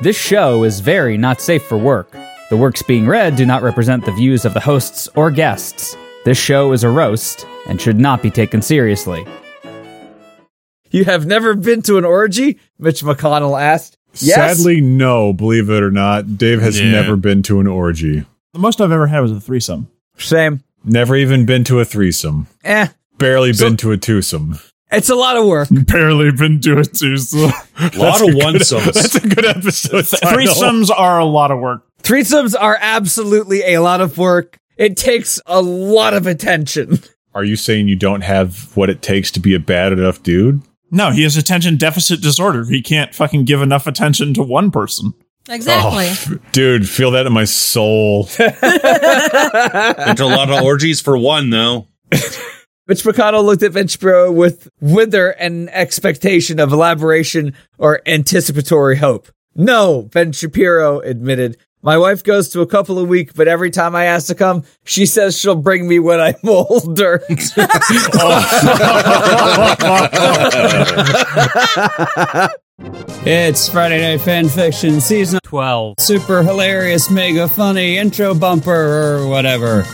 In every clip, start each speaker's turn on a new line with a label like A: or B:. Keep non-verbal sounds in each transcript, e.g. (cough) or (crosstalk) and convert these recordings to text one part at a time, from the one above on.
A: This show is very not safe for work. The works being read do not represent the views of the hosts or guests. This show is a roast and should not be taken seriously.
B: You have never been to an orgy? Mitch McConnell asked.
C: Sadly, no, believe it or not. Dave has
D: Yeah.
C: never been to an orgy.
E: The most I've ever had was a threesome.
B: Same.
C: Never even been to a threesome.
B: Eh.
C: Barely been to a
D: (laughs)
C: twosome.
B: It's a lot of work.
E: (laughs) Barely been to a twosome.
D: A lot of (laughs) onesomes.
C: That's a good
D: (laughs)
C: episode. title.
E: (laughs) Threesomes are a lot of work.
B: Threesomes are absolutely a lot of work. It takes a lot of attention. (laughs)
C: Are you saying you don't have what it takes to be a bad enough dude?
E: No, he has attention deficit disorder. He can't fucking give enough attention to one (laughs) person.
F: Exactly.
C: Oh. Dude, feel that in my
D: (laughs)
C: soul.
D: There's a lot of orgies for one, though.
B: Mitch McConnell looked at Vince Bro with wither and expectation of elaboration or anticipatory hope. No, Ben Shapiro admitted. My wife goes to a couple a week, but every time I ask to come, she says she'll bring me when I'm (laughs) older.
A: It's Friday Night Fan Fiction Season 12. Super hilarious, mega funny intro bumper or whatever.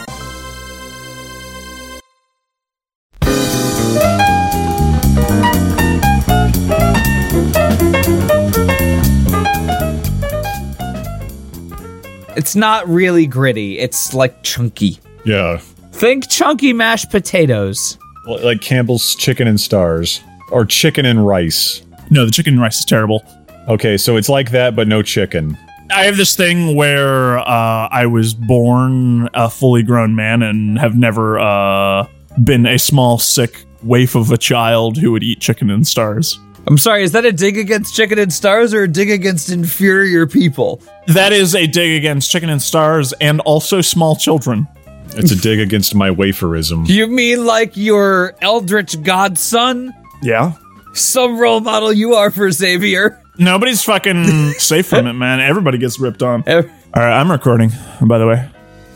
B: it's not really gritty. It's like chunky.
C: yeah.
B: Think chunky mashed potatoes.
C: L- Like Campbell's chicken and stars or chicken and rice.
E: No, the chicken and rice is terrible.
C: Okay, so it's like that, but no chicken.
E: I have this thing where uh, I was born a fully grown man and have never uh, been a small, sick waif of a child who would eat chicken and stars.
B: I'm sorry, is that a dig against chicken and stars or a dig against inferior people?
E: That is a dig against chicken and stars and also small children.
D: (laughs)
C: It's a dig against my waferism.
B: You mean like your eldritch godson?
E: Yeah.
B: Some role model you are for Xavier.
E: Nobody's fucking safe from it, man. Everybody gets ripped on. All
B: Eh,
E: right, I'm recording, by the way.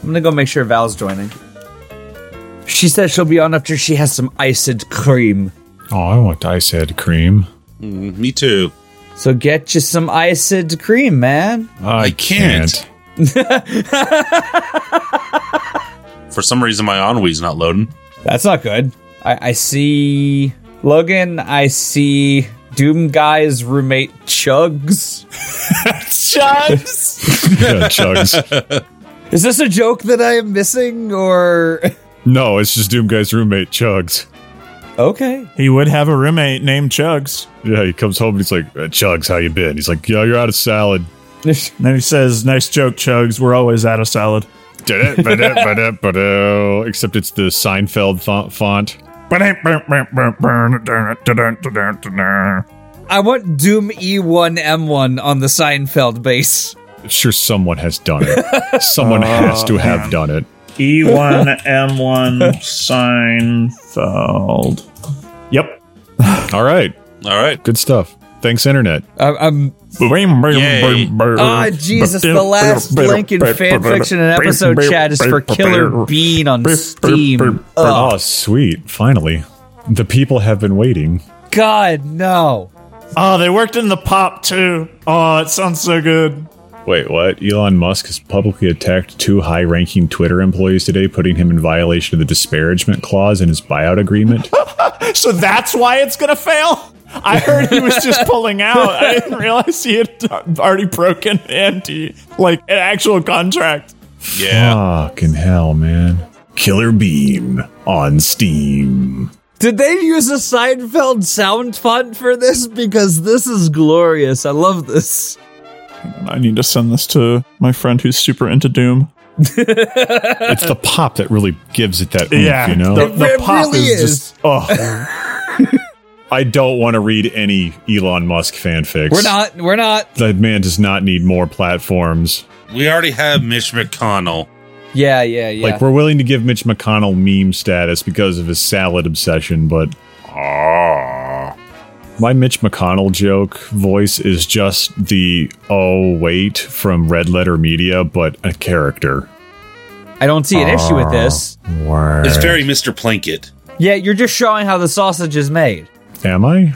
B: I'm gonna go make sure Val's joining. She says she'll be on after she has some iced cream.
C: Oh, I want ice head cream.
D: Mm, me too.
B: So get you some iced cream, man.
C: I,
D: can't. For some reason, my Enwii's not loading.
B: That's not good. I, I see Logan. I see Doom Guy's roommate Chugs. (laughs)
E: Chugs!
D: (laughs)
C: Yeah, chugs.
B: Is this a joke that I am missing, or (laughs)
C: No, it's just Doomguy's roommate, Chugs.
B: okay?
E: he would have a roommate named Chugs.
C: Yeah, he comes home and he's like, uh, Chugs, how you been? He's like, yo, you're out of salad. (laughs)
E: And then he says, Nice joke, Chugs. We're always out of salad.
C: Da-da-ba-da-ba-da-ba-do. Except it's the Seinfeld fo- font.
B: I want Doom E1 M1 on the Seinfeld base.
C: Sure, someone has done it. Someone has to have done it.
E: E E1 M1 Seinfeld. Yep.
C: All right,
D: All right.
C: good stuff. Thanks, Internet.
B: I, I'm
D: Yay.
B: ah Jesus. The last link in fanfiction and episode chat is for Killer Bean on Steam. Oh
C: Oh, sweet. Finally. The people have been waiting.
B: God, no!
E: Oh, they worked in the pop too. Oh, it sounds so good.
C: Wait, what? Elon Musk has publicly attacked two high ranking Twitter employees today, putting him in violation of the disparagement clause in his buyout agreement.
E: So that's why it's gonna fail. I heard he was just pulling out. I
F: (laughs)
E: didn't realize he had already broken anti like an actual contract.
D: Yeah.
C: Fucking hell, man. Killer Bean on Steam.
B: Did they use a Seinfeld sound font for this? Because this is glorious. I love this.
E: I need to send this to my friend who's super into Doom.
C: It's the pop that really gives it that oomph,
E: Yeah,
C: you know?
E: the, the
B: It
E: pop
B: really
E: is, just oh,
C: (laughs) I don't want to read any Elon Musk fanfics.
B: We're not. We're not.
C: That man does not need more platforms.
D: We already have Mitch McConnell.
B: Yeah, yeah, yeah.
C: Like, we're willing to give Mitch McConnell meme status because of his salad obsession, but. Ah. My Mitch McConnell joke voice is just the oh wait from Red Letter Media, but a character.
B: I don't see an issue with this.
D: It's very Mr. Plinkett.
B: Yeah, you're just showing how the sausage is made.
C: Am I?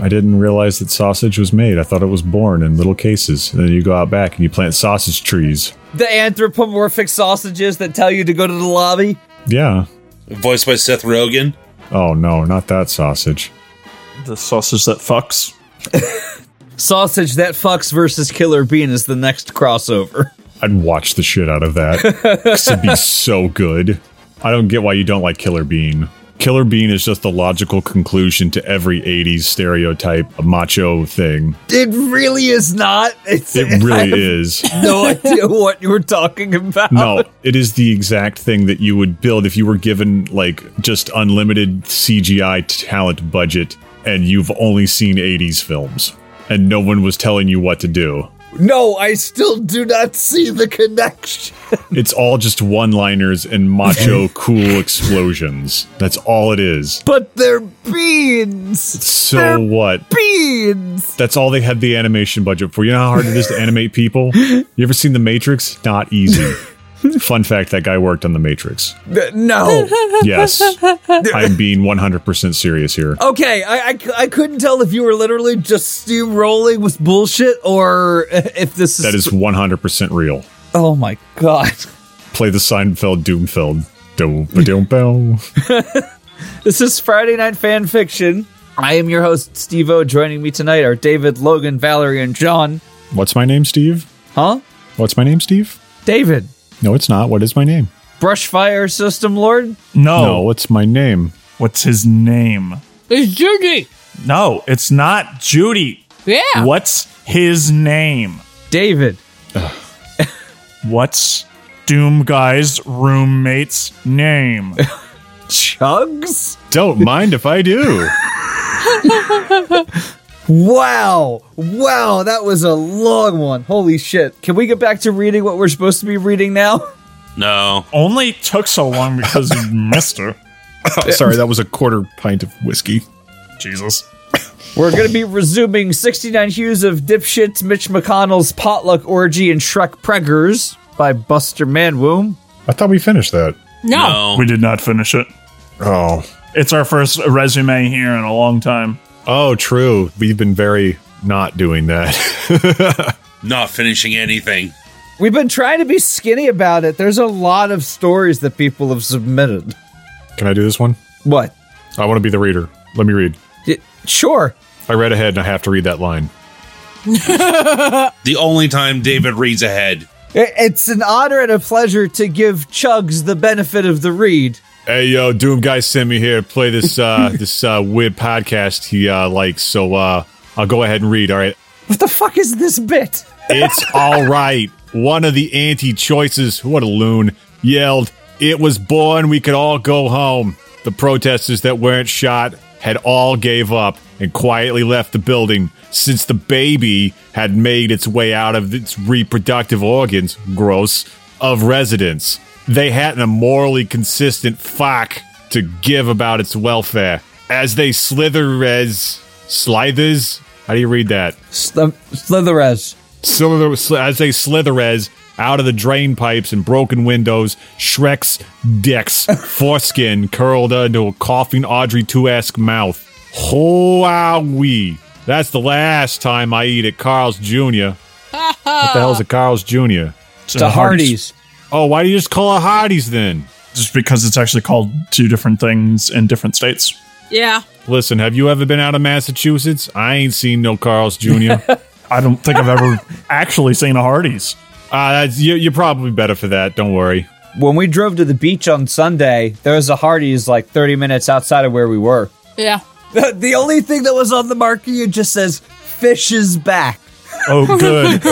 C: I didn't realize that sausage was made. I thought it was born in little cases. And then you go out back and you plant sausage trees.
B: The anthropomorphic sausages that tell you to go to the lobby.
C: Yeah.
D: Voiced by Seth Rogen.
C: Oh no, not that sausage.
E: The sausage that fucks.
B: Sausage that fucks versus Killer Bean is the next crossover. (laughs)
C: I'd watch the shit out of that. 'Cause it'd be so good. I don't get why you don't like Killer Bean. Killer Bean is just the logical conclusion to every 80s stereotype macho thing.
B: It really is not. It's, (laughs)
C: It
B: I
C: really
B: have
C: is. (laughs)
B: no idea what you were talking about.
C: No, it is the exact thing that you would build if you were given like just unlimited CGI talent budget and you've only seen 80s films and no one was telling you what to do.
B: No, I still do not see the connection.
C: It's all just one-liners and macho cool explosions. That's all it is.
B: But they're beans.
C: So what?
B: Beans.
C: That's all they had the animation budget for. You know how hard it is to animate people? You ever seen The Matrix? Not easy. Fun fact that guy worked on The Matrix.
B: Th-
C: (laughs)
B: No.
C: Yes. I'm being 100% serious here.
B: Okay, I, I, c- I couldn't tell if you were literally just steamrolling with bullshit or (laughs) if this is.
C: That is 100% real.
B: Oh my god.
C: Play the Seinfeld Doomfeld. Doom, doom, (laughs) bow.
B: This is Friday Night Fan Fiction. I am your host, Steve O. Joining me tonight are David, Logan, Valerie, and John.
C: What's my name, Steve?
B: Huh?
C: What's my name, Steve?
B: David,
C: No, it's not. What is my name?
B: Brushfire System Lord?
E: No.
C: No, what's my name?
E: What's his name?
F: It's Judy.
E: No, it's not Judy.
F: (laughs) Yeah.
E: What's his name?
B: David.
E: What's Doom Guy's roommate's
F: (laughs)
E: name?
B: Chugs?
C: Don't mind if I (laughs) do.
B: Wow. Wow, that was a long one. Holy shit. Can we get back to reading what we're supposed to be reading now? (laughs)
C: Oh.
D: No.
E: Only took so long because you missed her.
C: Oh, Sorry, that was a quarter pint of whiskey.
E: Jesus.
B: We're going to be resuming 69 Hues of Dipshits, Mitch McConnell's Potluck Orgy, and Shrek Preggers by Buster Manwomb.
C: I thought we finished that.
F: No.
E: We did not finish it.
C: Oh.
E: It's our first resume here in a long time.
C: Oh, true. We've been very not doing that.
D: Not finishing anything.
B: We've been trying to be skinny about it. There's a lot of stories that people have submitted.
C: (laughs) Can I do this one?
B: What?
C: I want to be the reader. Let me read.
B: Y- sure.
C: I read ahead and I have to read that line.
D: The only time David reads ahead.
B: I- It's an honor and a pleasure to give Chugs the benefit of the read.
C: Hey yo, Doom guy sent me here to play this uh this uh weird podcast he uh likes, so uh I'll go ahead and read. All right.
B: What the fuck is this bit?
C: It's all right. One of the anti choices, what a loon, yelled, It was born, we could all go home. The protesters that weren't shot had all gave up and quietly left the building since the baby had made its way out of its reproductive organs, gross, of residence. They hadn't a morally consistent fuck to give about its welfare. As they slithers, slithers? How do you read that?
B: Sl- Slitherez.
C: slither, sl- as they slither as out of the drain pipes and broken windows, Shrek's Dick's foreskin curled into a coughing Audrey 2-esque mouth. Wowee. That's the last time I eat at Carl's Jr. what the hell's a Carl's Jr.?
B: To Hardy's.
C: Oh, why do you just call it Hardee's then?
E: Just because it's actually called two different things in different states.
F: Yeah.
C: Listen, have you ever been out of Massachusetts? I ain't seen no Carl's Jr.
E: I don't think I've ever actually seen a Hardee's.
C: uh, that's, you, you're probably better for that. Don't worry.
B: When we drove to the beach on Sunday, there was a Hardee's like 30 minutes outside of where we were. (laughs)
F: Yeah.
B: The, the only thing that was on the marquee it just says, Fish is back.
C: (laughs)
E: Oh, good.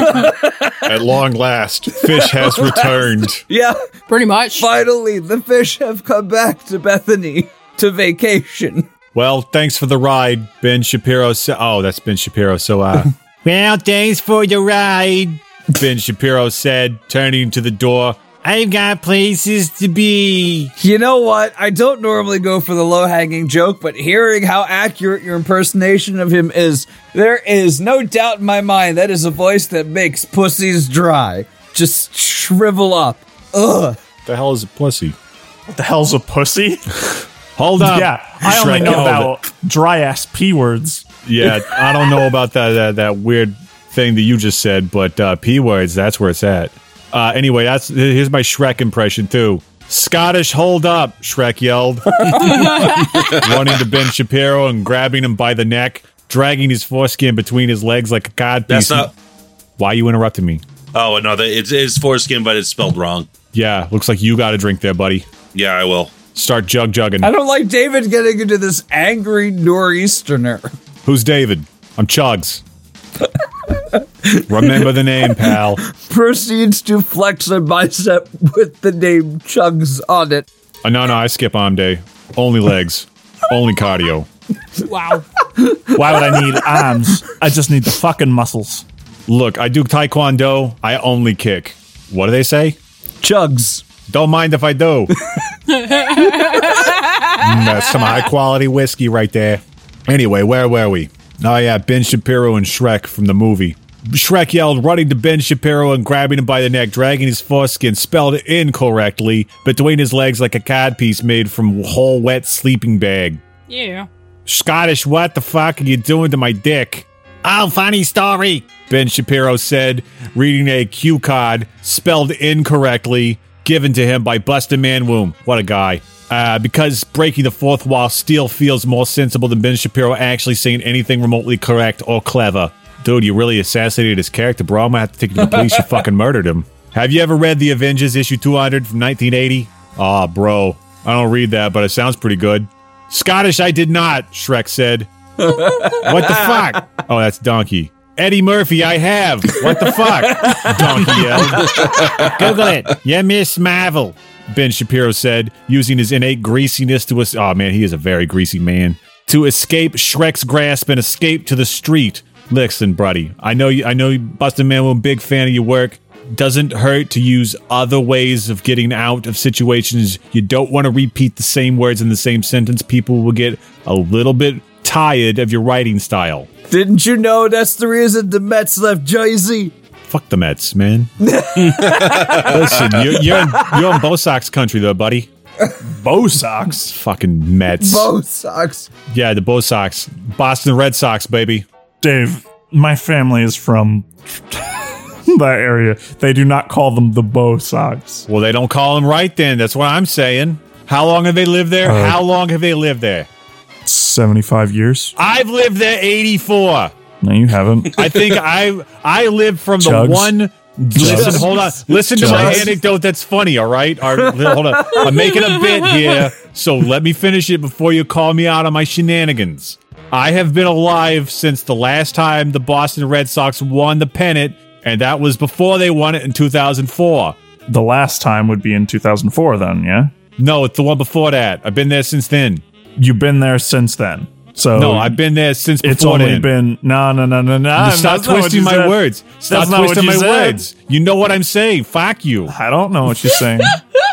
C: At long last, fish has returned.
B: Yeah, (laughs)
F: Pretty much.
B: finally, the fish have come back to Bethany to vacation.
C: Well, thanks for the ride, Ben Shapiro. So- oh, that's Ben Shapiro. So, uh, (laughs) well, thanks for the ride, Ben Shapiro said, turning to the door. I've got places to be.
B: You know what? I don't normally go for the low hanging joke, but hearing how accurate your impersonation of him is, there is no doubt in my mind that is a voice that makes pussies dry. Just shrivel up. Ugh.
C: The hell is a pussy?
E: what the hell's a pussy? (laughs)
C: Hold on.
E: yeah, I only know about dry ass p words.
D: (laughs)
C: Yeah, I don't know about that that, that weird thing that you just said, but uh, p words. That's where it's at. Uh, anyway, that's here's my Shrek impression too. Scottish, hold up! Shrek
D: (laughs)
C: yelled, running to Ben Shapiro and grabbing him by the neck, dragging his foreskin between his legs like a codpiece.
D: That's not.
C: Why you interrupting me?
D: Oh no, that, it's it's foreskin, but it's spelled wrong.
C: Yeah, looks like you got a drink there, buddy.
D: Yeah, I will.
C: Start jug jugging.
B: I don't like David getting into this angry nor'easterner. (laughs)
C: Who's David? I'm Chugs. Remember the name, pal.
B: Proceeds to flex a bicep with the name Chugs on it.
C: Uh, no, no, I skip arm day. Only legs. Only cardio.
F: Wow.
E: Why would I need arms? I just need the fucking muscles.
C: Look, I do taekwondo. I only kick. What do they say?
B: Chugs.
C: Don't mind if I do. Mm, that's some high quality whiskey right there. Anyway, where were we? Oh, yeah, Ben Shapiro and Shrek from the movie. Shrek yelled, running to Ben Shapiro and grabbing him by the neck, dragging his foreskin, spelled incorrectly, between his legs like a cod piece made from whole wet sleeping bag.
F: Yeah.
C: Scottish, what the fuck are you doing to my dick? Oh, funny story, Ben Shapiro said, reading a cue card spelled incorrectly given to him by Buster Manwomb. What a guy. Uh, because breaking the fourth wall still feels more sensible than Ben Shapiro actually saying anything remotely correct or clever. Dude, you really assassinated his character, bro. I'm gonna have to take you to the police. You fucking murdered him. Have you ever read The Avengers issue 200 from 1980? Ah, bro. I don't read that, but it sounds pretty good. Scottish, I did not, Shrek said. What the fuck? Oh, that's Donkey. Eddie Murphy, I have. What the fuck? Donkey yelled. Google (laughs) it. Yeah, Miss Marvel. Ben Shapiro said, using his innate greasiness to es- oh man, he is a very greasy man to escape Shrek's grasp and escape to the street. Listen, buddy, I know you. I know you, Busted Man. I'm a big fan of your work. Doesn't hurt to use other ways of getting out of situations. You don't want to repeat the same words in the same sentence. People will get a little bit tired of your writing style.
B: Didn't you know that's the reason the Mets left Jay Z?
C: Fuck the Mets, man. Listen, you're, you're in, you're in Bo Sox country, though, buddy.
E: Bo socks.
C: Fucking Mets.
B: Bo Sox.
C: Yeah, the Bo Sox. Boston Red Sox, baby.
E: Dave, my family is from (laughs) that area. They do not call them the Bo socks.
C: Well, they don't call them right then. That's what I'm saying. How long have they lived there? How long have they lived there?
E: 75 years?
C: I've lived there 84.
E: No, you haven't.
C: I
E: (laughs)
C: think I I lived from
E: Chugs.
C: the one. Listen, hold on. Listen to my
E: Chugs.
C: anecdote. That's funny. All right. All right, hold on. I'm making a bit here, so let me finish it before you call me out on my shenanigans. I have been alive since the last time the Boston Red Sox won the pennant, and that was before they won it in 2004.
E: the last time would be in 2004, then, yeah?
C: No, it's the one before that. I've been there since then.
E: You've been there since then. So
C: No, I've been there since before
E: Oh, it's only
C: then.
E: been. No, no, no, no, no.
C: Stop
E: that's not what
C: twisting
E: you
C: my
E: said.
C: words. Stop
E: That's not what
C: twisting my
E: you said.
C: words. You know what I'm saying. Fuck you.
E: I don't know what
C: (laughs)
E: you're saying.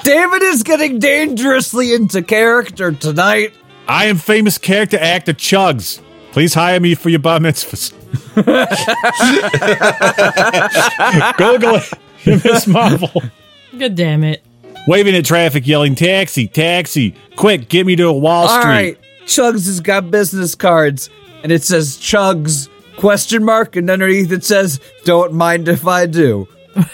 B: David is getting dangerously into character tonight.
C: I am famous character actor Chugs. Please hire me for your bar mitzvahs. (laughs) Google it. Miss Marvel.
F: God damn it.
C: Waving at traffic, yelling, Taxi, taxi, quick, get me to a Wall
B: All
C: Street.
B: right, Chugs has got business cards, and it says Chugs question mark, and underneath it says Don't mind if I do.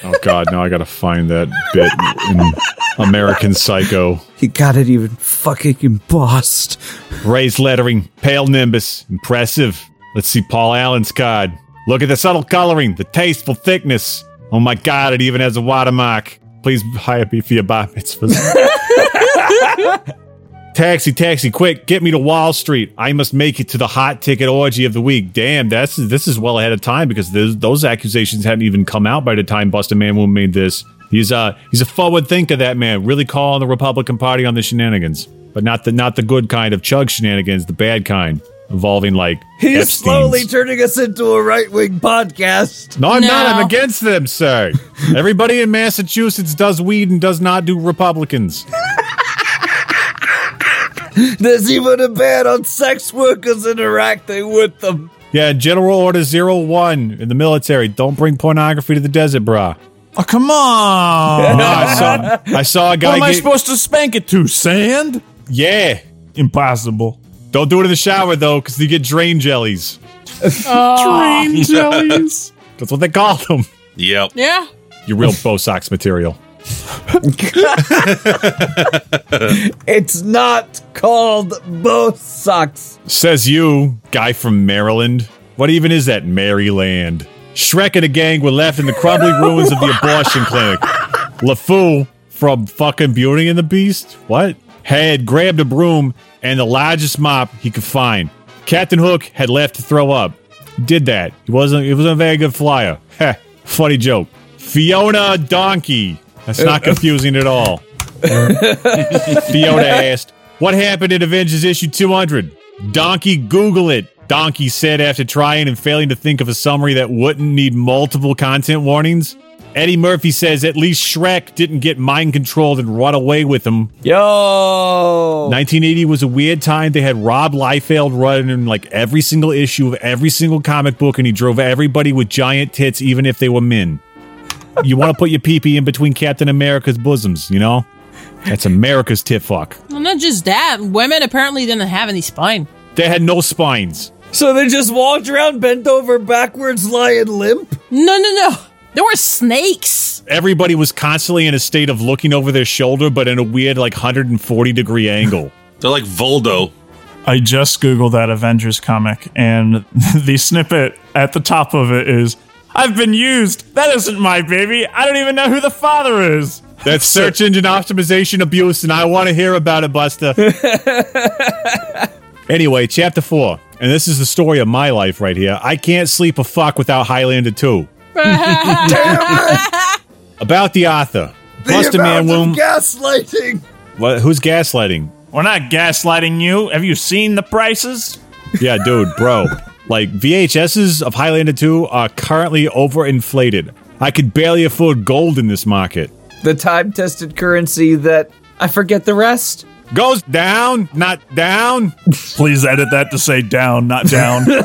C: Oh, God, now I gotta find that bit in American Psycho.
B: He got it even fucking embossed.
C: Raised lettering, pale nimbus, impressive. Let's see Paul Allen's card. Look at the subtle coloring, the tasteful thickness. Oh my god, it even has a watermark. Please hire me for your bar mitzvahs. taxi, taxi, quick, get me to Wall Street. I must make it to the hot ticket orgy of the week. Damn, that's this is well ahead of time because those, those accusations hadn't even come out by the time Busta Manwomb made this. He's uh he's a forward thinker, that man. Really calling the Republican Party on the shenanigans, but not the not the good kind of chug shenanigans, the bad kind involving like
B: He's
C: Epstein's.
B: slowly turning us into a right wing podcast.
C: No, I'm not. I'm
F: No.
C: against them, sir. Everybody in Massachusetts does weed and does not do Republicans.
B: There's even a ban on sex workers interacting with them.
C: Yeah, General Order 01 in the military. Don't bring pornography to the desert, brah.
E: oh, come
C: (laughs)
E: on.
C: No, I saw, I saw a guy.
E: What am I
C: get-
E: supposed to spank it to? Sand?
C: yeah. (laughs)
E: Impossible.
C: Don't do it in the shower though, because you get drain jellies.
F: Uh,
E: Train jellies.
C: That's what they call them.
D: Yep.
F: Yeah.
C: Your
E: (laughs)
C: real Bosox material.
B: (laughs) It's not called both socks.
C: Says you, guy from Maryland. What even is that Maryland? Shrek and a gang were left in the crumbling ruins of the abortion clinic. LeFou from fucking Beauty and the Beast? What? Had grabbed a broom and the largest mop he could find. Captain Hook had left to throw up. He did that. He wasn't he wasn't a very good flyer. (laughs) Heh. Funny joke. Fiona Donkey. That's not confusing at all. (laughs) Fiona asked, What happened in Avengers issue 200? Donkey, Google it. Donkey said after trying and failing to think of a summary that wouldn't need multiple content warnings. Eddie Murphy says at least Shrek didn't get mind controlled and run away with him.
B: Yo.
C: 1980 was a weird time. They had Rob Liefeld running like every single issue of every single comic book, and he drove everybody with giant tits, even if they were men. You want to put your pee-pee in between Captain America's bosoms, you know? That's America's tit fuck.
F: Well, not just that. Women apparently didn't have any spine.
C: They had no spines.
B: So they just walked around bent over backwards, lying limp?
F: No, no, no. There were snakes.
C: Everybody was constantly in a state of looking over their shoulder, but in a weird, like, 140 degree angle.
D: They're like Voldo.
E: I just googled that Avengers comic, and (laughs) the snippet at the top of it is, "I've been used. That isn't my baby. I don't even know who the father is."
C: That's search engine optimization abuse, and I want to hear about it, Buster. anyway, chapter four, and this is the story of my life right here. I can't sleep a fuck without Highlander 2. About the author. Buster Man Womb.
B: gaslighting.
C: What- who's gaslighting?
E: We're not gaslighting you. Have you seen the prices?
C: Yeah, dude, bro. Like VHSs of Highlander 2 are currently overinflated. I could barely afford gold in this market.
B: The time tested currency that I forget the rest.
C: Goes down, not down.
E: Please edit that to say down, not (laughs) down.
C: You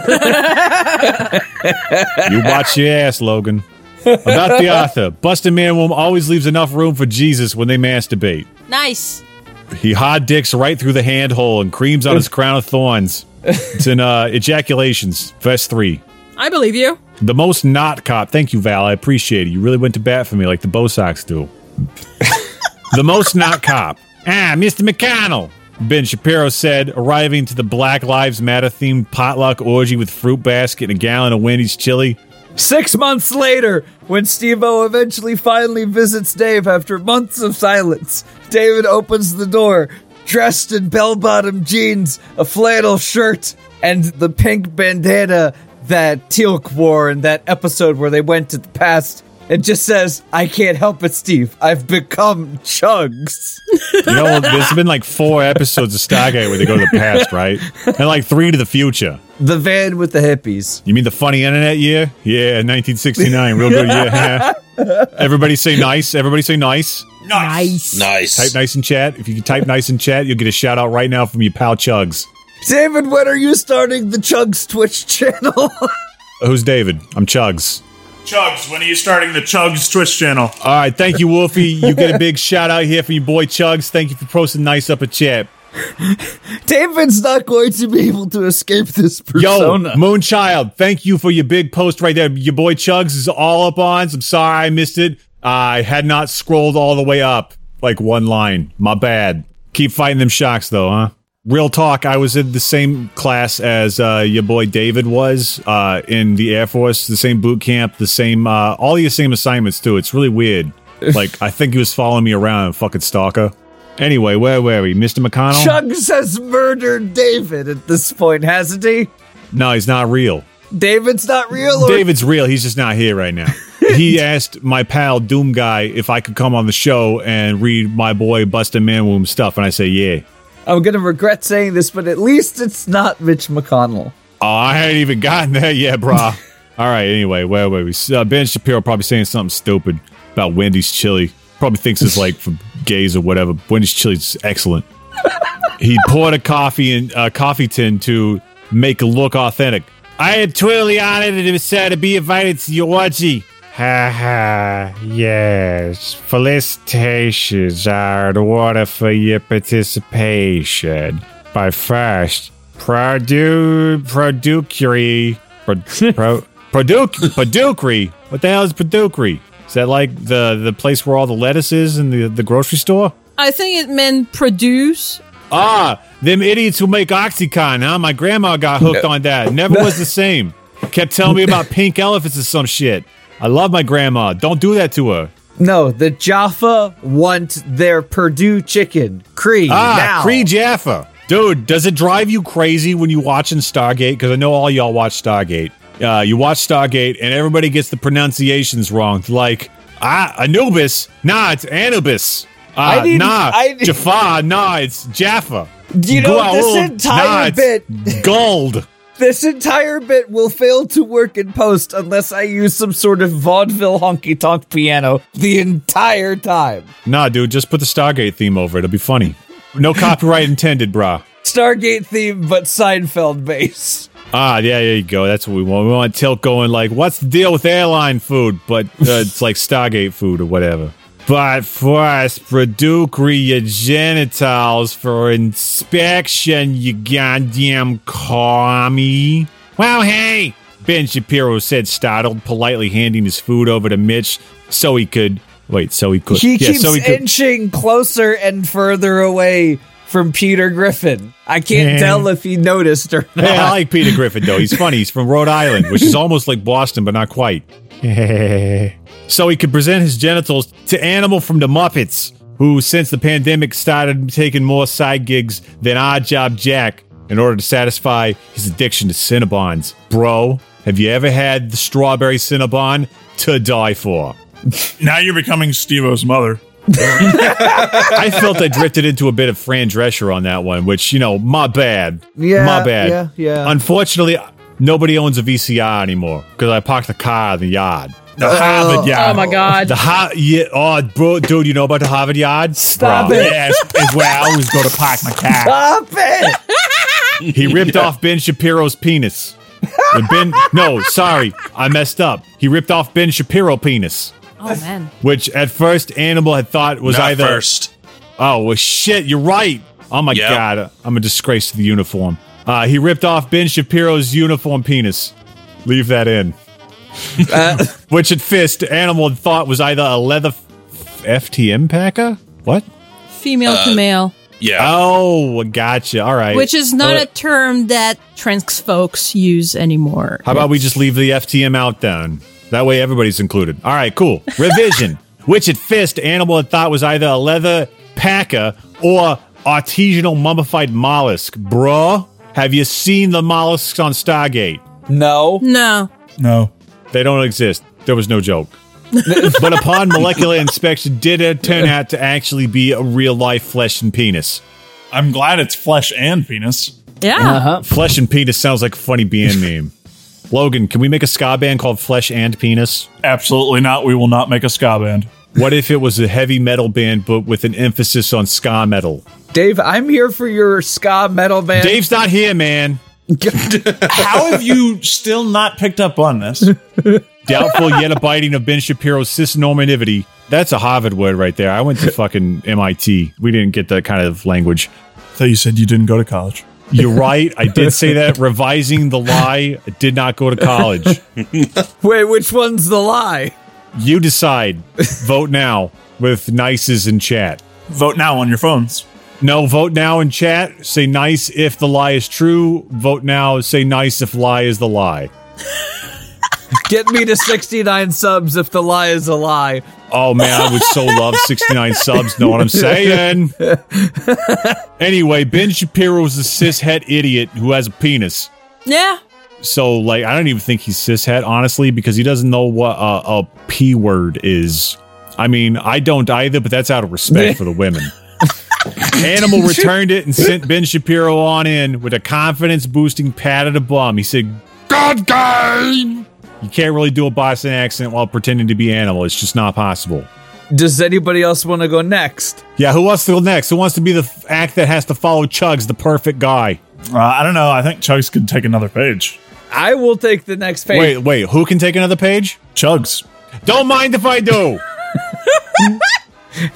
C: watch your ass, Logan. About the author, Buster Man Womb always leaves enough room for Jesus when they masturbate.
F: Nice.
C: He hard dicks right through the hand hole and creams on his crown of thorns. It's in uh, Ejaculations, verse 3.
F: I believe you.
C: The most not cop. Thank you, Val. I appreciate it. You really went to bat for me like the Bosox do. (laughs) the most not cop. Ah, Mr. McConnell. Ben Shapiro said, arriving to the Black Lives Matter themed potluck orgy with fruit basket and a gallon of Wendy's chili.
B: Six months later, when Steve O eventually finally visits Dave after months of silence, David opens the door, dressed in bell bottom jeans, a flannel shirt, and the pink bandana that Teal'c wore in that episode where they went to the past, and just says, I can't help it, Steve. I've become Chugs.
C: You know, (laughs) there's been like four episodes of Stargate where they go to the past, right? And like three to the future.
B: The van with the hippies.
C: You mean the funny internet year? Yeah, 1969. Real good year. everybody say nice. Everybody say nice.
F: Nice.
C: Type
D: Nice.
C: nice in chat. If you can type nice in chat, you'll get a shout out right now from your pal Chugs.
B: David, when are you starting the Chugs Twitch channel? (laughs)
C: Who's David? I'm Chugs.
E: Chugs, when are you starting the Chugs Twitch channel?
C: All right. Thank you, Wolfie. You get a big (laughs) shout out here from your boy Chugs. Thank you for posting nice up a chat.
B: David's not going to be able to escape this
C: Yo,
B: persona.
C: Moonchild, thank you for your big post right there. Your boy Chugs is all up on. I'm sorry I missed it. I had not scrolled all the way up. Like one line. My bad. Keep fighting them shocks though, huh? Real talk, I was in the same class as uh, your boy David was uh, in the Air Force, the same boot camp, the same, uh, all the same assignments too. It's really weird. Like, I think he was following me around, fucking stalker. Anyway, where were we? Mr. McConnell?
B: Chugs has murdered David at this point, hasn't he?
C: no, he's not real.
B: David's not real. Or-
C: David's real. He's just not here right now. He asked my pal Doom Guy if I could come on the show and read my boy Bustin' Man Womb stuff, and I say, yeah.
B: I'm gonna regret saying this, but at least it's not Mitch McConnell.
C: Oh, I hadn't even gotten there yet, brah. All right, anyway, where were we? Uh, ben Shapiro probably saying something stupid about Wendy's chili. Probably thinks it's like for gays or whatever. Wendy's chili's excellent. He poured a coffee in a coffee tin to make it look authentic. I am totally honored and excited to be invited to your orgy. Ha ha, yes. Felicitations are in order for your participation. But first, Produ Producery. Pro, pro, produc Producery. What the hell is Producery? Is that like the the place where all the lettuce is in the, the grocery store?
F: I think it meant produce.
C: Ah, them idiots who make OxyContin, huh? My grandma got hooked on that. Never was the same. Kept telling me about pink elephants and some shit. I love my grandma. Don't do that to her.
B: No, the Jaffa want their Purdue chicken. Cree.
C: Ah,
B: now.
C: Cree Jaffa. Dude, does it drive you crazy when you watching Stargate? Because I know all y'all watch Stargate. Uh, you watch Stargate and everybody gets the pronunciations wrong. Like, ah, Anubis. Nah, it's Anubis. Ah,
B: I didn't-
C: nah,
B: I didn't-
C: Jaffa. Nah, it's Jaffa.
B: You know, this
C: Gua'uld,
B: entire
C: nah, it's
B: bit
C: Gold.
B: this entire bit will fail to work in post unless I use some sort of vaudeville honky tonk piano the entire time.
C: Nah, dude, just put the Stargate theme over. it. It'll be funny. No copyright intended, brah.
B: Stargate theme, but Seinfeld base.
C: Ah, yeah, there you go. That's what we want. We want Tilt going like, what's the deal with airline food? But uh, it's like Stargate food or whatever. But first, produce your genitals for inspection, you goddamn commie. Well, hey! Ben Shapiro said, startled, politely handing his food over to Mitch so he could. Wait, so he could.
B: He
C: yeah,
B: keeps
C: so he could.
B: inching closer and further away from Peter Griffin. I can't
C: Yeah.
B: tell if he noticed or not.
C: Hey, (laughs) I like Peter Griffin though. He's funny. He's from Rhode Island, which is almost like Boston, but not quite. so he could present his genitals to Animal from the Muppets, who since the pandemic started taking more side gigs than Odd Job Jack in order to satisfy his addiction to Cinnabons. Bro, have you ever had the strawberry Cinnabon to die for?
E: Now you're becoming Stevo's mother.
C: I felt I drifted into a bit of Fran Drescher on that one, which, you know, my bad.
B: Yeah,
C: My bad.
B: yeah, yeah.
C: Unfortunately, nobody owns a VCR anymore because I parked the car in the yard.
E: Uh,
C: The Harvard yard.
F: Oh my
C: (laughs)
F: God.
C: The ha- yeah, oh, bro, dude, you know about the Harvard yard?
B: Stop
C: Bro.
B: it.
E: Yes, is where I always go to park my car.
B: (laughs) Stop it!
C: (laughs) He ripped off Ben Shapiro's penis. When ben, no, sorry, I messed up. He ripped off Ben Shapiro penis,
F: Oh man.
C: which at first Animal had thought was
D: Not
C: either
D: first.
C: Oh well, shit. You're right. Oh my
D: Yep.
C: god, I'm a disgrace to the uniform. Uh, he ripped off Ben Shapiro's uniform penis. Leave that in.
B: Uh,
C: Which at fist, animal thought was either a leather f- FTM packer. What?
F: Female to male.
D: Yeah.
C: Oh, gotcha. All right.
F: Which is not
C: Uh,
F: a term that trans folks use anymore.
C: How about we just leave the FTM out then? That way everybody's included. All right, cool. Revision. Which at fist, animal had thought was either a leather packer or artisanal mummified mollusk. Bruh, have you seen the mollusks on Stargate?
B: No.
F: No.
E: No.
C: They don't exist. There was no joke. but upon molecular inspection, did it turn out to actually be a real life flesh and penis?
E: I'm glad it's flesh and penis.
F: Yeah.
C: Flesh and penis sounds like a funny band name. Logan, can we make a ska band called Flesh and Penis?
E: Absolutely not. We will not make a ska band.
C: What if it was a heavy metal band, but with an emphasis on ska metal?
B: Dave, I'm here for your ska metal band.
C: Dave's not here, man.
E: How have you still not picked up on (laughs) this?
C: Doubtful yet abiding of Ben Shapiro's cisnormativity. That's a Harvard word right there. I went to fucking MIT. We didn't get that kind of language.
E: thought you said you didn't go to college.
C: You're right. I did say that. Revising the lie. I did not go to college.
B: Wait, which one's the lie?
C: You decide. Vote now with nices in chat.
E: Vote now on your phones.
C: No, vote now in chat. Say nice if the lie is true. Vote now. Say nice if lie is the lie.
B: Get me to 69 subs if the lie is a lie.
C: Oh man, I would so love 69 subs. Know what I'm saying? Anyway, Ben Shapiro is a cishet idiot who has a penis.
F: Yeah.
C: So, like, I don't even think he's cishet, honestly, because he doesn't know what a, a p word is. I mean, I don't either, but that's out of respect for the women. Animal returned it and sent Ben Shapiro on in with a confidence boosting pat of the bum. He said, "God game." You can't really do a Boston accent while pretending to be animal. It's just not possible.
B: Does anybody else want to go next?
C: Yeah, who wants to go next? Who wants to be the f- act that has to follow Chugs, the perfect guy?
E: Uh, I don't know. I think Chugs could take another page.
B: I will take the next page.
C: Wait, wait, who can take another page?
E: Chugs.
C: Don't mind if
B: (laughs)
C: I do.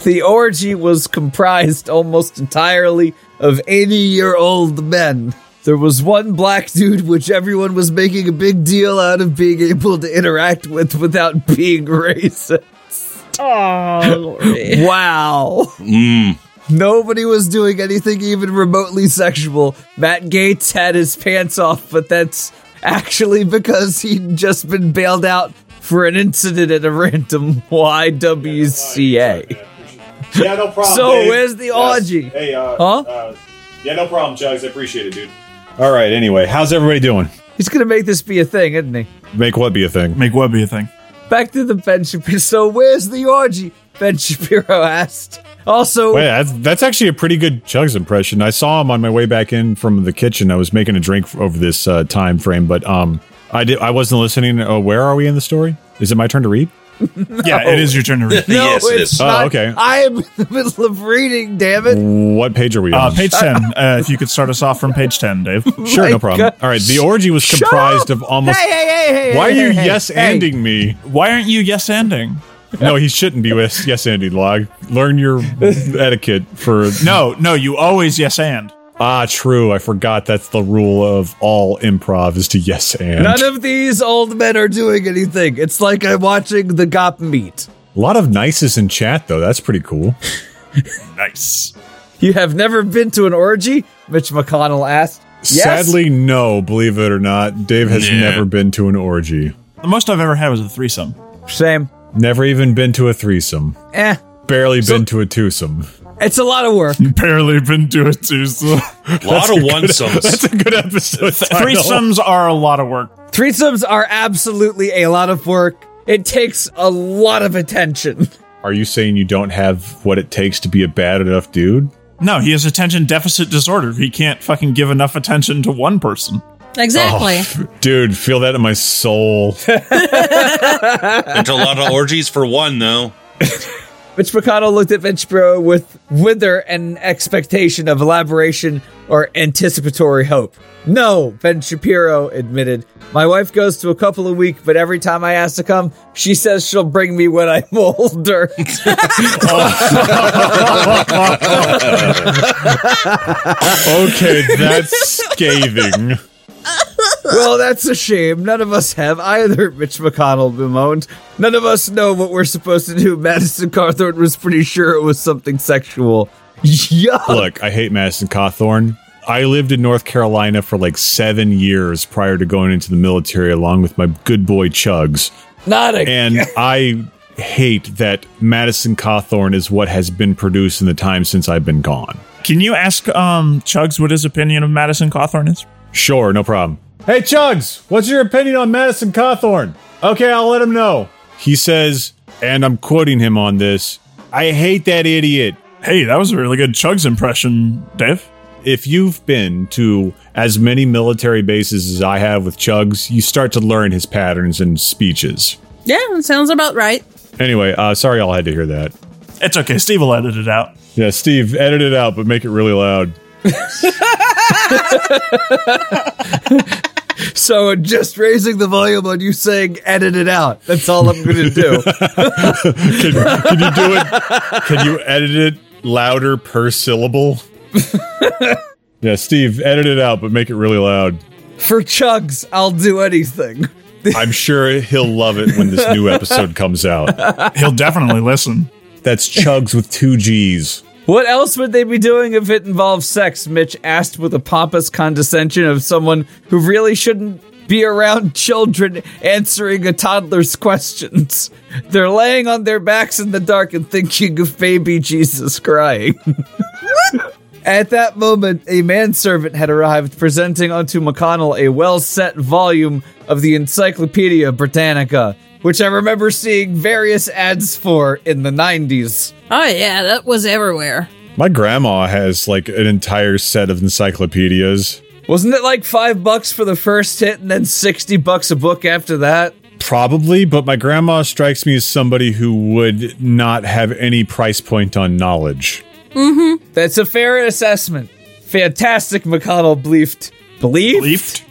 B: The orgy was comprised almost entirely of 80 year old men. There was one black dude which everyone was making a big deal out of being able to interact with without being (laughs) racist.
F: Oh, Lordy.
B: (laughs) Wow.
D: Mm.
B: Nobody was doing anything even remotely sexual. Matt Gates had his pants off, but that's actually because he'd just been bailed out for an incident at a random YWCA.
C: Yeah, no problem.
B: So, where's the orgy?
C: Hey, uh,
B: Huh?
C: uh, yeah, no problem, Jugs. I appreciate it, dude. All right. Anyway, how's everybody doing?
B: He's gonna make this be a thing, isn't he?
C: Make what be a thing?
E: Make what be a thing.
B: Back to the Ben Shapiro. So, where's the orgy? Ben Shapiro asked. Also,
C: Wait, that's, that's actually a pretty good Chugs impression. I saw him on my way back in from the kitchen. I was making a drink f- over this uh, time frame, but um, I did. I wasn't listening. Uh, where are we in the story? Is it my turn to read?
E: Yeah, it is your turn to read. (laughs)
B: no,
D: yes, it
B: it's
D: is.
C: Oh,
B: not.
C: okay.
B: I am in the middle of reading, damn it.
C: What page are we
E: Uh,
C: on?
E: page 10. Uh, if you could start us off from page 10, (laughs) Dave.
C: sure,
B: my
C: no problem.
B: God.
C: All right, the orgy was
B: Shut
C: comprised
B: up!
C: of almost.
B: Hey, hey, hey, hey.
C: Why are
B: hey,
C: you
B: hey, hey,
C: yes
B: hey.
C: ending me?
E: Why aren't you yes ending?
C: No, he shouldn't be yes yes ending. Log, learn your
B: (laughs)
C: etiquette for
E: No, no, you always yes and.
C: Ah, true. I forgot that's the rule of all improv is to yes and.
B: None of these old men are doing anything. It's like I'm watching the Gop meet.
C: a lot of nices in chat though. That's pretty cool. Ah. (laughs)
E: Nice.
B: You have never been to an orgy? Mitch McConnell asked. Yes.
C: Sadly, no. Believe it or not, Dave has
D: Nah.
C: never been to an orgy.
E: The most I've ever had was a threesome.
B: Same.
C: Never even been to a threesome.
B: Eh.
C: Barely been to
B: (laughs)
C: a twosome.
B: It's a lot of work.
E: Barely been to a twosome.
D: A lot of onesomes.
C: (laughs) That's a good (laughs) episode. title.
E: (laughs) Threesomes are a lot of work.
B: Threesomes are absolutely a lot of work. It takes a lot of attention. (laughs)
C: Are you saying you don't have what it takes to be a bad enough dude?
E: No, he has attention deficit disorder. He can't fucking give enough attention to one person.
F: exactly.
C: Oh. Dude, feel that in my soul.
D: It's a lot of orgies for one, though.
B: Mitch McConnell looked at Ventura with wither and expectation of elaboration or anticipatory hope. No, Ben Shapiro admitted. My wife goes to a couple a week, but every time I ask to come, she says she'll bring me when I'm (laughs) older.
C: okay, that's scathing.
B: well, that's a shame. None of us have either, Mitch McConnell bemoaned. None of us know what we're supposed to do. Madison Carthorne was pretty sure it was something sexual. Yuck.
C: Look, I hate Madison Cawthorn. I lived in North Carolina for like seven years prior to going into the military along with my good boy Chugs.
B: Not a
C: And I hate that Madison Cawthorn is what has been produced in the time since I've been gone.
E: Can you ask um, Chugs what his opinion of Madison Cawthorn is?
C: Sure, no problem. Hey, Chugs, what's your opinion on Madison Cawthorn? Okay, I'll let him know. He says, and I'm quoting him on this I hate that idiot.
E: Hey, that was a really good Chugs impression, Dave.
C: if you've been to as many military bases as I have with Chugs, you start to learn his patterns and speeches.
F: Yeah, that sounds about right.
C: Anyway, uh, sorry y'all had to hear that.
E: It's okay. Steve will edit it out.
C: Yeah, Steve, edit it out, but make it really loud.
B: So just raising the volume on you saying edit it out. That's all I'm gonna do.
C: Can, can you do it? Can you edit it louder per syllable? yeah, Steve, edit it out, but make it really loud.
B: For chugs, I'll do anything.
C: I'm sure he'll love it when this new episode comes out.
E: He'll definitely (laughs) listen.
C: That's Chugs with two G's.
B: What else would they be doing if it involved sex? Mitch asked with a pompous condescension of someone who really shouldn't be around (laughs) children answering a toddler's questions. They're laying on their backs in the dark and thinking of baby Jesus crying. (laughs) At that moment, a manservant had arrived, presenting unto McConnell a well set volume of the Encyclopedia Britannica, which I remember seeing various ads for in the 90s.
F: Oh, yeah, that was everywhere.
C: My grandma has like an entire set of encyclopedias.
B: Wasn't it like five bucks for the first hit and then 60 bucks a book after that?
C: Probably, but my grandma strikes me as somebody who would not have any price point on knowledge.
B: That's a fair assessment. Fantastic, McConnell bleefed. Bleef?
E: Leafed.